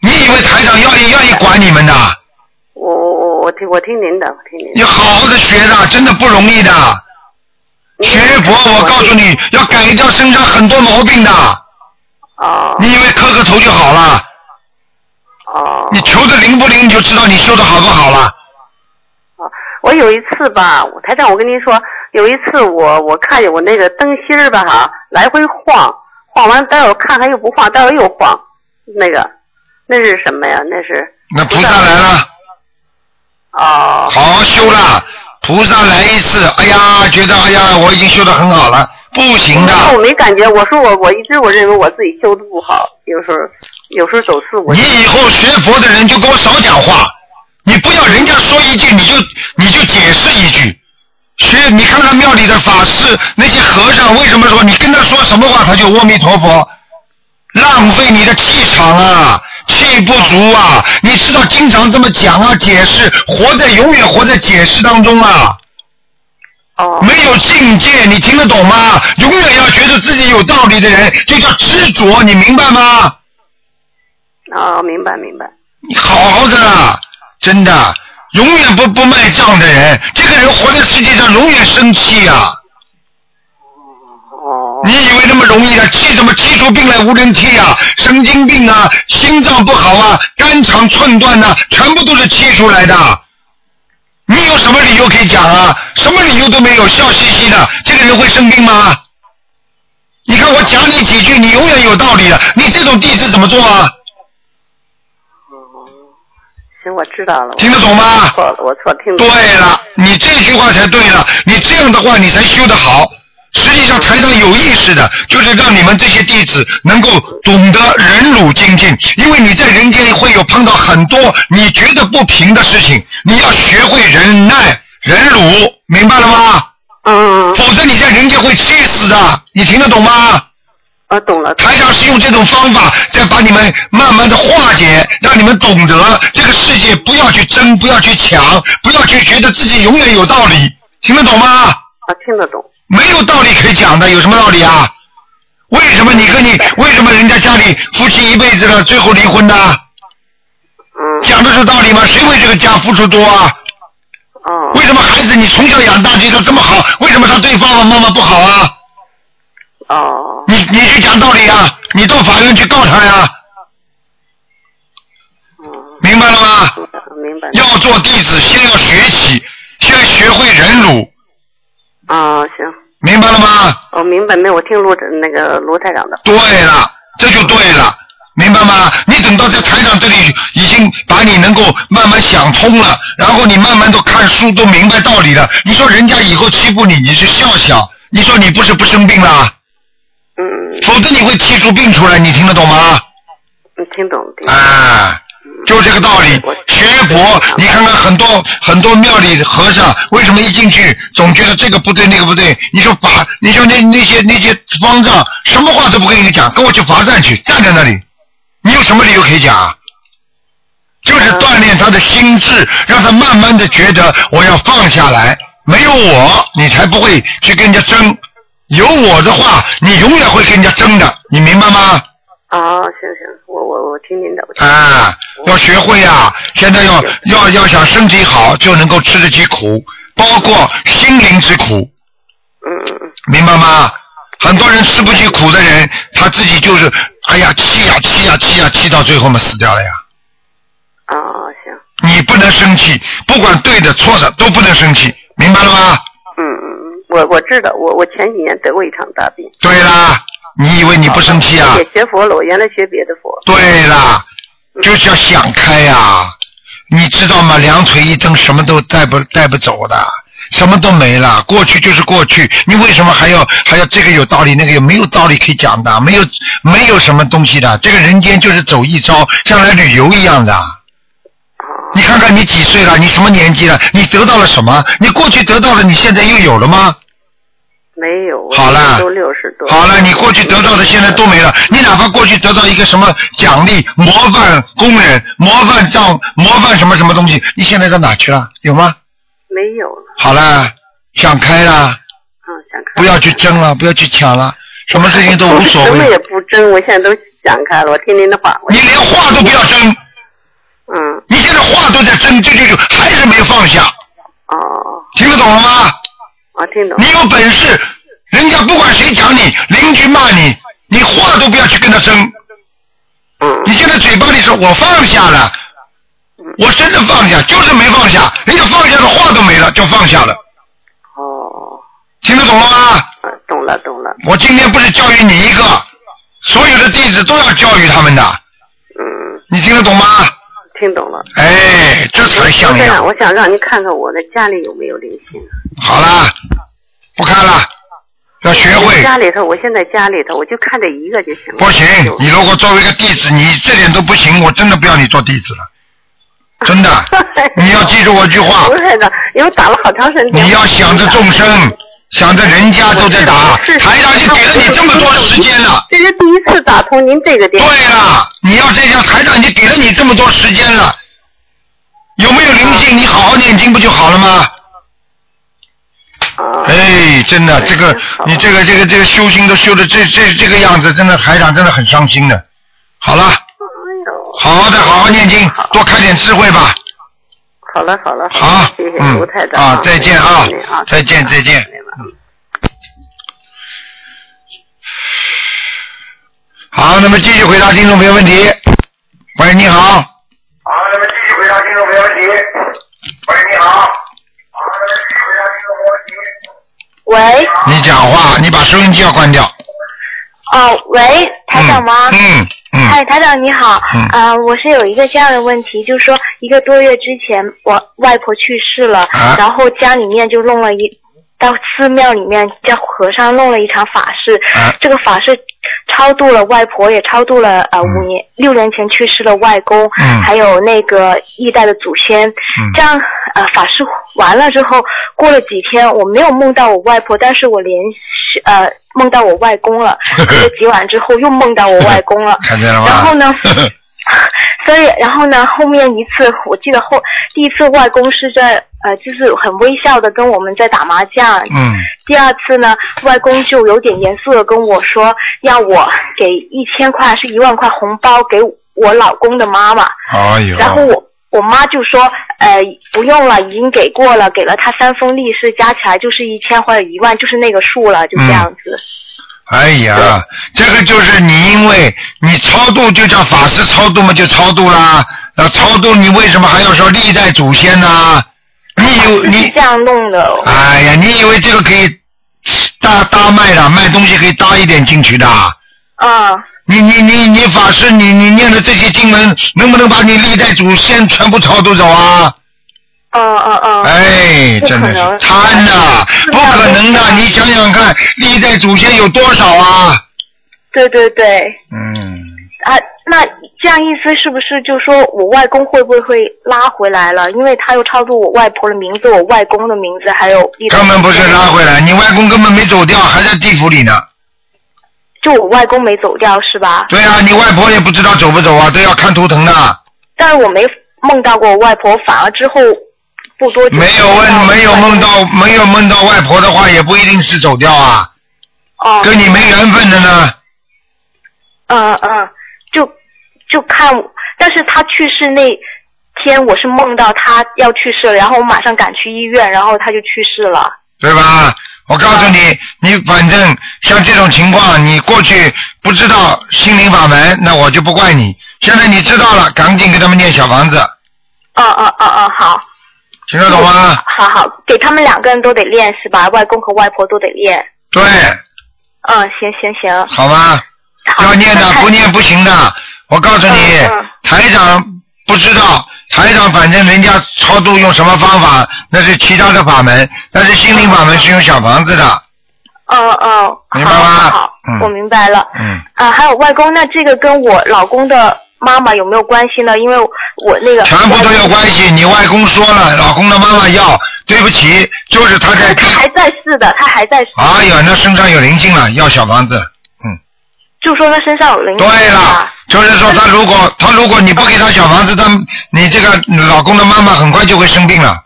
B: 你以为台长愿意愿意管你们的？
K: 我我我我听我听您的，我听您的。
B: 你好好的学的，真的不容易的。学佛，我告诉你要改掉身上很多毛病的。
K: 哦。
B: 你以为磕个头就好了？
K: 哦。
B: 你求的灵不灵，你就知道你修的好不好了。
K: 我有一次吧，我台长，我跟您说，有一次我我看见我那个灯芯儿吧哈，来回晃，晃完待会儿看看又不晃，待会儿又晃，那个那是什么呀？那是
B: 那菩萨啊来了。
K: 哦。
B: 好好修啦，菩萨来一次，哎呀，觉得哎呀，我已经修的很好了，不行的。
K: 我没感觉，我说我我一直我认为我自己修的不好，有时候有时候走四五。
B: 你以后学佛的人就跟我少讲话，你不要人家说一句你就你就解释一句。学你看看庙里的法师那些和尚为什么说你跟他说什么话他就阿弥陀佛，浪费你的气场啊，气不足啊！你知道经常这么讲啊，解释，活在永远活在解释当中啊。
K: 哦。
B: 没有境界，你听得懂吗？永远要觉得自己有道理的人，就叫执着，你明白吗？
K: 哦，明白明白。
B: 好好的啦，真的，永远不不卖账的人，这个人活在世界上永远生气啊。你以为那么容易的啊气怎么气出病来无人替啊？神经病啊，心脏不好啊，肝肠寸断呐、全部都是气出来的。你有什么理由可以讲啊？什么理由都没有，笑嘻嘻的，这个人会生病吗？你看我讲你几句，你永远有道理的，你这种弟子怎么做啊？
K: 行，我知道了。
B: 听得懂吗？
K: 错了，我错了，听
B: 对了，你这句话才对了，你这样的话你才修得好。实际上，台上有意识的，就是让你们这些弟子能够懂得忍辱精进，因为你在人间会有碰到很多你觉得不平的事情，你要学会忍耐、忍辱，明白了吗？
K: 嗯。
B: 否则你在人间会气死的，你听得懂吗？
K: 啊，懂了。
B: 台长是用这种方法在把你们慢慢的化解，让你们懂得这个世界不要去争，不要去抢，不要去觉得自己永远有道理，听得懂吗？
K: 啊，听得懂。
B: 没有道理可以讲的，有什么道理啊？为什么你跟你为什么人家家里夫妻一辈子了，最后离婚的？
K: 嗯
B: 讲得出道理吗？谁为这个家付出多啊？
K: 哦
B: 为什么孩子你从小养大觉得这么好，为什么他对爸爸妈妈不好啊？
K: 哦。
B: 你你去讲道理啊，你到法院去告他呀。明白了吗？
K: 明白。
B: 要做弟子，先要学起，先学会忍辱，
K: 啊、行。
B: 明白了吗？
K: 我、明白没有？我听卢那个卢台长的。
B: 对了，这就对了，明白吗？你等到在台长这里已经把你能够慢慢想通了，然后你慢慢都看书都明白道理了。你说人家以后欺负你，你去笑笑，你说你不是不生病啦？嗯。否则你会气出病出来，你听得懂吗？
K: 嗯，听懂。
B: 啊，就这个道理。学佛，你看看很多很多庙里和尚，为什么一进去总觉得这个不对那个不对？你说法，你说那那些那些方丈什么话都不跟你讲，跟我去罚站去，站在那里，你有什么理由可以讲啊？就是锻炼他的心智，让他慢慢的觉得我要放下来，没有我，你才不会去跟人家争；有我的话，你永远会跟人家争的，你明白吗？
K: 哦，行行，我我我听您的，我听
B: 啊，要学会呀、现在要要要想身体好，就能够吃得起苦，包括心灵之苦。嗯。明白吗？很多人吃不起苦的人，他自己就是哎呀气呀气呀气呀气到最后嘛死掉了呀。
K: 哦，行，
B: 你不能生气，不管对的错的都不能生气，明白了吗？
K: 嗯嗯，嗯，我我知道，我我前几年得过一场大病，
B: 对啦，你以为你不生气啊
K: 也？学佛了，我原来学别的佛，
B: 对啦，就是要想开呀、你知道吗？两腿一蹬，什么都带不带不走的，什么都没了。过去就是过去，你为什么还要还要这个有道理，那个有没有道理可以讲的？没有没有什么东西的，这个人间就是走一遭，像来旅游一样的。你看看你几岁了？你什么年纪了？你得到了什么？你过去得到了，你现在又有了吗？
K: 没有，我
B: 好了
K: 都六十多，
B: 好了，你过去得到的现在都没了。你哪怕过去得到一个什么奖励，模范工人、模范丈、模范什么什么东西，你现在到哪去了？有吗？
K: 没有了，
B: 好了，想开了，
K: 嗯，想开，
B: 不要去争了，不要去抢了，什么事情都无所
K: 我什么也
B: 谓。
K: 不争，我现在都想开了，我听您的话，
B: 你连话都不要争，
K: 嗯，
B: 你现在话都在争，这就就还是没放下。
K: 哦，
B: 听得懂了吗？
K: 我啊听懂，
B: 你有本事，人家不管谁讲你，邻居骂你，你话都不要去跟他争。
K: 嗯
B: 你现在嘴巴里说我放下了，我真的放下，就是没放下，人家放下的话都没了，就放下了。
K: 哦，
B: 听得懂了吗？
K: 嗯，懂了懂了，
B: 我今天不是教育你一个，所有的弟子都要教育他们的。
K: 嗯，
B: 你听得懂吗？
K: 听懂了。
B: 哎，这才像
K: 这
B: 样
K: 样，。嗯我想让您看看我的家里有没有灵性。
B: 好啦，不看了，要学
K: 我
B: 会。
K: 家里头，我现在家里头，我就看这一个就行了。
B: 不行，你如果作为一个弟子，你这点都不行，我真的不要你做弟子了，真的。你要记住我一句话，
K: 不是的，因为打了好长时间。
B: 你要想着众生，想着人家都在打，台长就给了你这么多时间了。
K: 这是第一次打通您这个电话。
B: 对了，你要这样，台长已经给了你这么多时间了，有没有灵性？你好好念经不就好了吗？哎，真的，这个你这个这个这个修心都修的这这这个样子，真的台长真的很伤心的。好了，好好的好好念经，多开点智慧吧。
K: 好了好了，
B: 好，
K: 谢谢
B: 嗯
K: 卢太太
B: 啊，再见啊
K: 谢谢您啊，
B: 再见再见。嗯好，那么继续回答听众朋友问题。喂，你好。
L: 喂，
B: 你讲话，你把收音机要关掉。
L: 哦，喂，台长吗？
B: 嗯嗯
L: 嗨，台长你好，
B: 嗯，
L: 呃，我是有一个这样的问题，就是说一个多月之前我外婆去世了，
M: 啊
L: 然后家里面就弄了一到寺庙里面叫和尚弄了一场法事，这个法事超度了外婆，也超度了呃五年六年前去世的外公，
M: 嗯
L: 还有那个历代的祖先，
M: 嗯
L: 这样呃法事完了之后，过了几天我没有梦到我外婆，但是我连续呃梦到我外公了，隔了几晚之后又梦到我外公了
B: 看见了吗？
L: 然后呢？ 所以，然后呢，后面一次，我记得后第一次外公是在呃，就是很微笑的跟我们在打麻将。
B: 嗯
L: 第二次呢，外公就有点严肃的跟我说，要我给一千块还是一万块红包给我老公的妈妈。
B: 哎呦，
L: 然后
K: 嗯
L: 我我妈就说，呃，不用了，已经给过了，给了他三封利是，加起来就是一千或者一万，就是那个数了，就这样子。
B: 哎呀，这个就是你，因为你超度就叫法师超度嘛，就超度啦。那超度你为什么还要说历代祖先呢、你有你
L: 这样弄的。
B: 哎呀，你以为这个可以搭搭卖的，卖东西可以搭一点进去的？
L: 啊。
B: 你你你你法师，你你念的这些经文，能不能把你历代祖先全部超度走啊？
L: 嗯嗯嗯。
B: 哎，真的是贪呐、不可能的！你想想看，历代祖先有多少啊？
L: 对对对。
B: 嗯。
L: 啊，那这样意思是不是就说我外公会不会拉回来了？因为他又超度我外婆的名字、我外公的名字，还有一
B: 根本不是拉回来，你外公根本没走掉，还在地府里呢。
L: 就我外公没走掉是吧？
B: 对啊，你外婆也不知道走不走啊，都要看图腾的。
L: 但是我没梦到过我外婆，反而之后不多久
B: 没有问，没有梦到，没有梦到外婆的话，也不一定是走掉啊。
L: 哦。
B: 跟你没缘分的呢。
L: 嗯嗯，就就看我，但是他去世那天，我是梦到他要去世了，然后我马上赶去医院，然后他就去世了。
B: 对吧？我告诉你，你反正像这种情况，你过去不知道心灵法门，那我就不怪你。现在你知道了，赶紧给他们念小房子，
L: 哦哦哦哦，好。
B: 听得懂吗？
L: 好好，给他们两个人都得练是吧？外公和外婆都得练。
B: 对，
L: 嗯，行行行。
B: 好吧？要念的，不念不行的。我告诉你，台长不知道，台长反正人家超度用什么方法，那是其他的法门，但是心灵法门是用小房子的，
L: 嗯嗯，
B: 明白吗？嗯
L: 我明白了。
B: 嗯。
L: 啊，还有外公，那这个跟我老公的妈妈有没有关系呢？因为我那个
B: 全部都有关系。你外公说了，老公的妈妈要，对不起，就是他在。
L: 他还在世的，他还在世，
B: 哎呀，那身上有灵性了，要小房子。
L: 就说他身上有灵性。
B: 对了，就是说他如果他如果你不给他小房子，他你这个老公的妈妈很快就会生病了。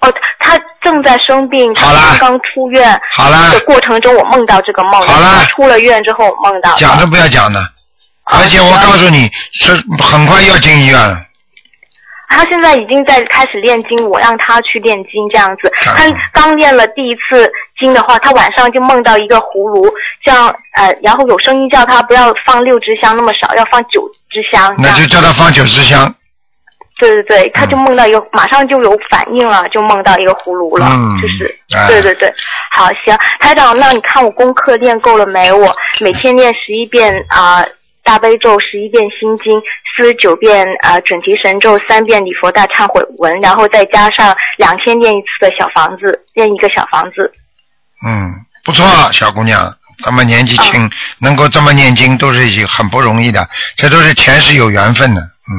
L: 哦，他正在生病，他刚刚出院。
B: 好啦
L: 的过程中，我梦到这个梦。好啦。出了院之后，我梦到。
B: 讲都不要讲了，而且我告诉你，是很快要进医院了。
L: 他现在已经在开始练经，我让他去练经这样子。
B: 看
L: 他刚练了第一次经的话，他晚上就梦到一个葫芦，这样呃，然后有声音叫他不要放六支香那么少，要放九支香。这
B: 那
L: 样
B: 就叫他放九十香。
L: 对对对，他就梦到一个，马上就有反应了，就梦到一个葫芦了。
B: 嗯，哎
L: 对对对，好行，台长，那你看我功课练够了没？我每天练十一遍啊、大悲咒，十一遍心经，四十九遍啊、呃准提神咒，三遍礼佛大忏悔文，然后再加上两天练一次的小房子，练一个小房子。
B: 嗯，不错，小姑娘，咱们年纪轻，能够这么念经都是已经很不容易的，这都是前世有缘分的。嗯，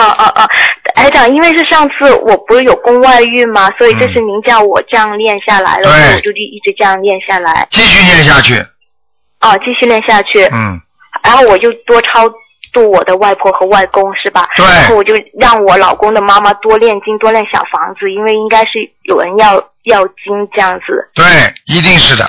L: 嗯嗯嗯，台长，因为是上次我不是有宫外孕嘛，所以这是您叫我这样练下来
B: 嗯对
L: 了，所以我就一直这样练下来。
B: 继续念下去。
L: 啊，继续练下去。
B: 嗯，
L: 然后我就多超度我的外婆和外公，是吧？
B: 对
L: 然后我就让我老公的妈妈多练经，多练小房子，因为应该是有人要要经这样子。
B: 对，一定是的。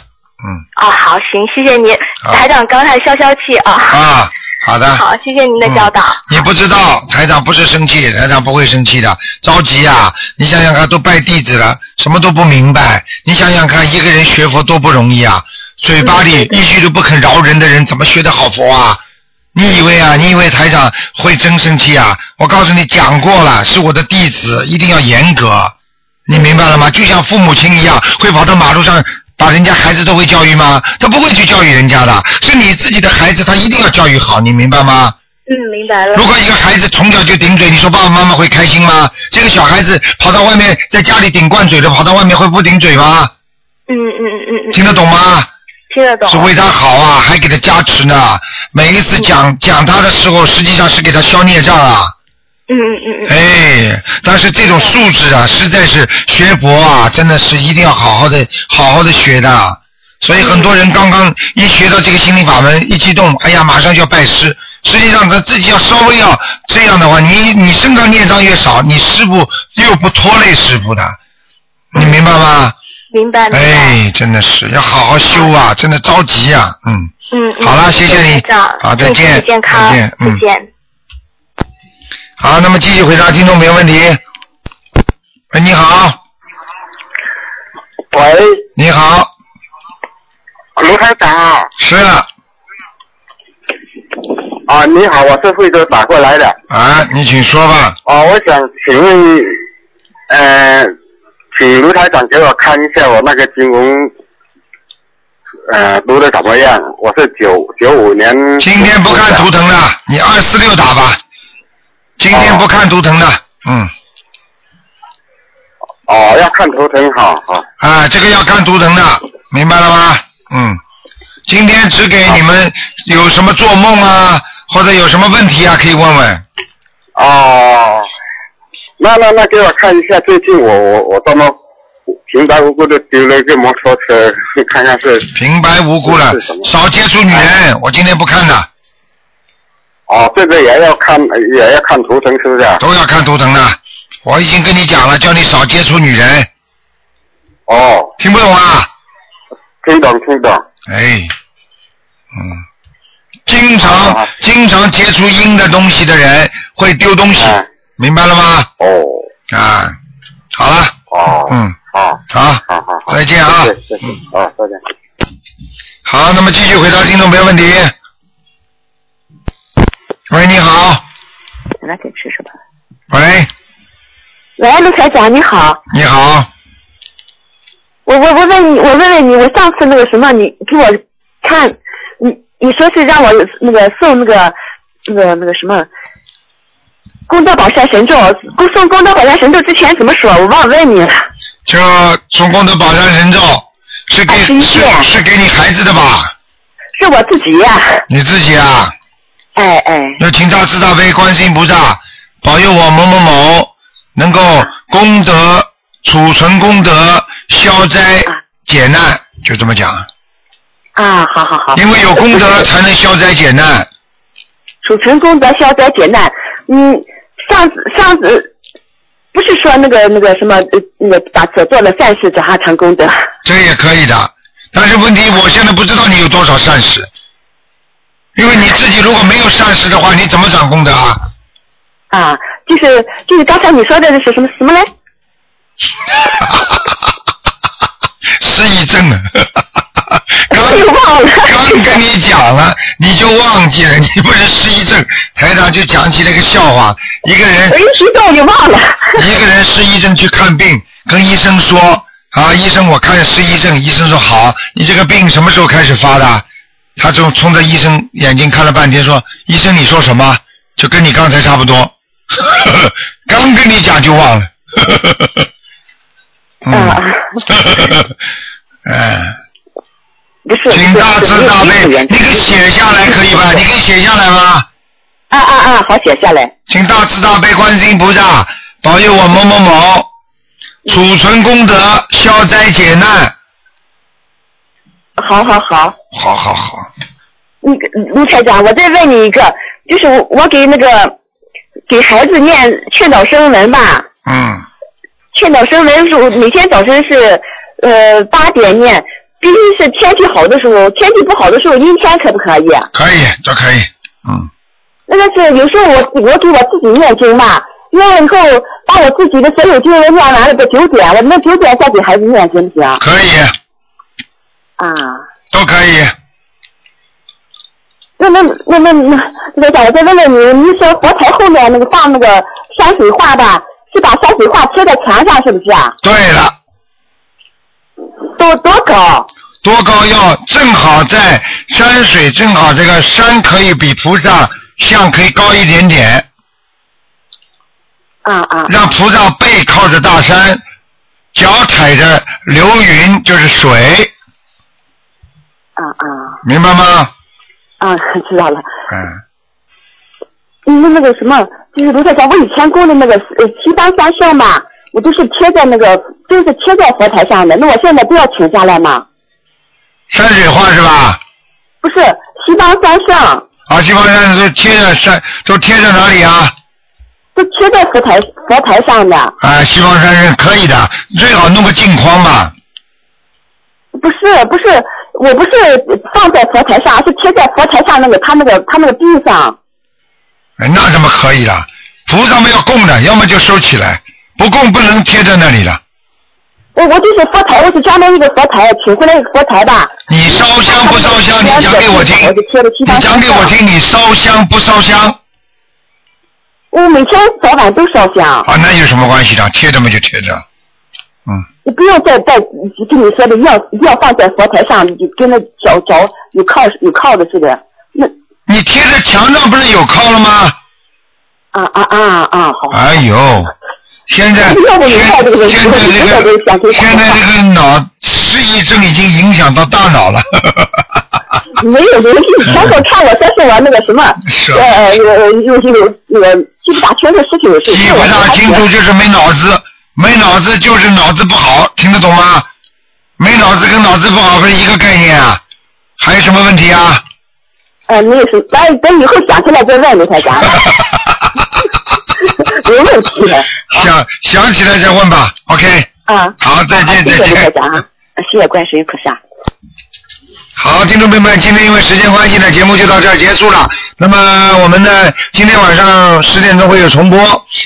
L: 啊，好，行，谢谢你，
B: 好
L: 台长，刚才消消气啊。
B: 啊，好的。嗯
L: 好，谢谢您的教导。
B: 你不知道，台长不是生气，台长不会生气的。着急啊！你想想看，都拜弟子了，什么都不明白。你想想看，一个人学佛多不容易啊！嘴巴里一句都不肯饶人的人，怎么学得好佛啊？你以为啊？你以为台长会真生气啊？我告诉你，讲过了，是我的弟子，一定要严格。你明白了吗？就像父母亲一样，会跑到马路上把人家孩子都会教育吗？他不会去教育人家的，是你自己的孩子，他一定要教育好，你明白吗？
L: 嗯，明白了。
B: 如果一个孩子从小就顶嘴，你说爸爸妈妈会开心吗？这个小孩子跑到外面，在家里顶惯嘴的，跑到外面会不顶嘴吗？
L: 嗯嗯嗯嗯，
B: 听得懂吗？
L: 听得懂。
B: 是为他好啊，还给他加持呢。每一次讲讲他的时候，实际上是给他消孽障啊。
L: 嗯嗯嗯嗯。
B: 哎，但是这种素质啊，实在是学佛啊，真的是一定要好好的、好好的学的。所以很多人刚刚一学到这个心灵法门，一激动，哎呀，马上就要拜师。实际上他自己要稍微要这样的话，你你身上孽障越少，你师傅又不拖累师傅的，你明白吗？
L: 明白明白。
B: 哎，真的是要好好修啊，真的着急啊，嗯。
L: 嗯，嗯
B: 好了谢谢你
L: 台长
B: 好再
L: 祝身体
B: 见
L: 健康，
B: 再见嗯
L: 再见。
B: 好，那么继续回答听众朋友问题。喂，你好，
M: 喂，
B: 你好，
M: 卢台长啊，
B: 是
M: 啊，你好，我是惠州打过来的。
B: 啊，你请说吧。
I: 哦
M: 啊，我想请问，呃，请卢台长给我看一下我那个经文，呃，读的怎么样？我是九九五年。
B: 今天不看图腾的，你二四六打吧。今天不看图腾的，嗯，
M: 哦，要看图腾好好。
B: 啊，这个要看图腾的，明白了吗？嗯，今天只给你们有什么做梦啊，或者有什么问题啊，可以问问。
I: 哦，那那那给我看一下，最近我我我这么平白无故的丢了一个摩托车，看看是
B: 平白无故了
I: 是什么？
B: 少接触女人，我今天不看了，
I: 哦，这个也要看也要看图腾是不是啊？
B: 都要看图腾的。我已经跟你讲了，叫你少接触女人。
I: 哦，
B: 听不懂啊？
I: 听懂听懂。
B: 哎，嗯，经常经常接触阴的东西的人会丢东西，明白了吗？
I: 哎哦，
B: 啊，好了，
I: 哦，
B: 嗯，
I: 好，
B: 好，
I: 好好好，
B: 再见啊
I: 谢谢，谢谢，哦，再见。
B: 好，那么继续回答听众朋友问题。喂，你好，
F: 我来给吃吃吧。
B: 喂，
F: 喂，陆台长你好，
B: 你好，
F: 我我我问你，我问问你，我上次那个什么，你给我看，你你说是让我那个送那个那个那个什么功德宝山神咒，不送功德宝山神咒之前怎么说？我忘问你了。
B: 这送功德宝山神咒是给是是给你孩子的吧？
F: 是我自己呀、
B: 你自己啊？
F: 哎哎。
B: 要请大慈大悲观世音菩萨保佑我某某某能够功德储存功德消灾解难，就这么讲。
F: 啊，好好好。
B: 因为有功德才能消灾解难。
F: 储存功德，消灾解难。嗯，上次上次不是说那个那个什么呃那个把所做的善事转化成功德。
B: 这也可以的。但是问题，我现在不知道你有多少善事，因为你自己如果没有善事的话，你怎么长功德啊？
F: 啊，就是就是刚才你说的是什么什么来？
B: 失忆症 了。刚忘了，刚跟你讲了，你就忘记了，你不是失忆症。台长就讲起了一个笑话，一个人，
F: 我就忘了。
B: 一个人失忆症去看病，跟医生说啊，医生我看失忆症，医生说好，你这个病什么时候开始发的？他就冲着医生眼睛看了半天，说：“医生，你说什么？就跟你刚才差不多， 刚跟你讲就忘了。 嗯” 哎，
F: 不是，
B: 请大慈大悲，你给写下来可以吧？你可以写下来吗？
F: 啊啊啊！好，写下来。
B: 请大慈大悲观世音菩萨保佑我某某某，储存功德，消灾解难。
F: 好好好，
B: 好好好，
F: 那个卢台长，我再问你一个，就是我我给那个给孩子念劝导声文吧，
B: 嗯，
F: 劝导声文是我每天早晨是呃八点念，必须是天气好的时候，天气不好的时候阴天可不可以？啊
B: 可以，都可以，嗯，
F: 那个是有时候我我给我自己念经吧，念完以后把我自己的所有经文念完了，到九点，我那九点再给孩子念行不行？
B: 可以，
F: 啊，
B: 都可以。
F: 那那那那那那个，我再问问你，你说佛台后面那个放那个山水画吧，是把山水画贴在墙上是不是啊？
B: 对了。
F: 多多高？
B: 多高要正好在山水，正好这个山可以比菩萨像可以高一点点。
F: 啊啊！
B: 让菩萨背靠着大山，脚踩着流云，就是水，
F: 啊啊
B: 明白吗？
F: 啊！知道了。嗯
B: 嗯，
F: 那那个什么，就是卢太长，我以前供的那个呃七八三圣吧，我都是贴在那个，都是贴在佛台上的。那我现在都要请下来吗？
B: 山水画是吧？
F: 不是，西方三圣
B: 啊，西方山都贴着山，都贴着哪里啊？
F: 都贴在佛台佛台上的，
B: 啊，西方山是可以的，最好弄个镜框吧。
F: 不是不是，我不是放在佛台上，是贴在佛台上那个他那个他那个地上。
B: 哎那怎么可以了？菩萨们要供的，要么就收起来，不供不能贴在那里了。
F: 我我就是佛台，我是专门一个佛台，请回来一个佛台吧。
B: 你烧香不烧香？你讲给我听。你讲给我听，你烧香不烧香？
F: 我每天早晚都烧香，
B: 啊，那有什么关系呢？贴着嘛就贴着。
F: 你不用再再跟你说的要要放在佛台上，你跟那找找有靠有靠的似的。
B: 你贴在墙上不是有靠了吗？
F: 啊啊啊啊！好。
B: 哎呦，现在现在这个 哎现在这个脑失忆症已经影响到大脑了。
I: 没有灵性，小狗看我，但是我那个什么，呃，有有有有记不大清楚事情，是
B: 记不大清楚就是没脑子，没脑子就是脑子不好，听得懂吗？没脑子跟脑子不好不是一个概念啊？还有什么问题啊？
I: 呃，没有什么，等等以后想起来再问你才讲。 没问题。
B: 想想起来再问吧，OK。
I: 啊，
B: 好，再见，
I: 谢
B: 再
I: 谢卢台
B: 见。
I: 长啊，谢谢观世音菩萨。
B: 好，听众朋友们，今天因为时间关系呢，节目就到这儿结束了。那么我们呢，今天晚上十点钟会有重播。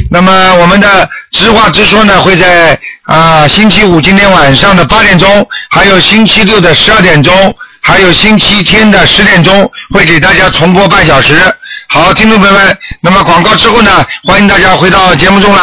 B: 那么我们的直话直说呢，会在啊、星期五今天晚上的八点钟，还有星期六的十二点钟，还有星期天的十点钟，会给大家重播半小时。好，听众朋友们，那么广告之后呢，欢迎大家回到节目中来。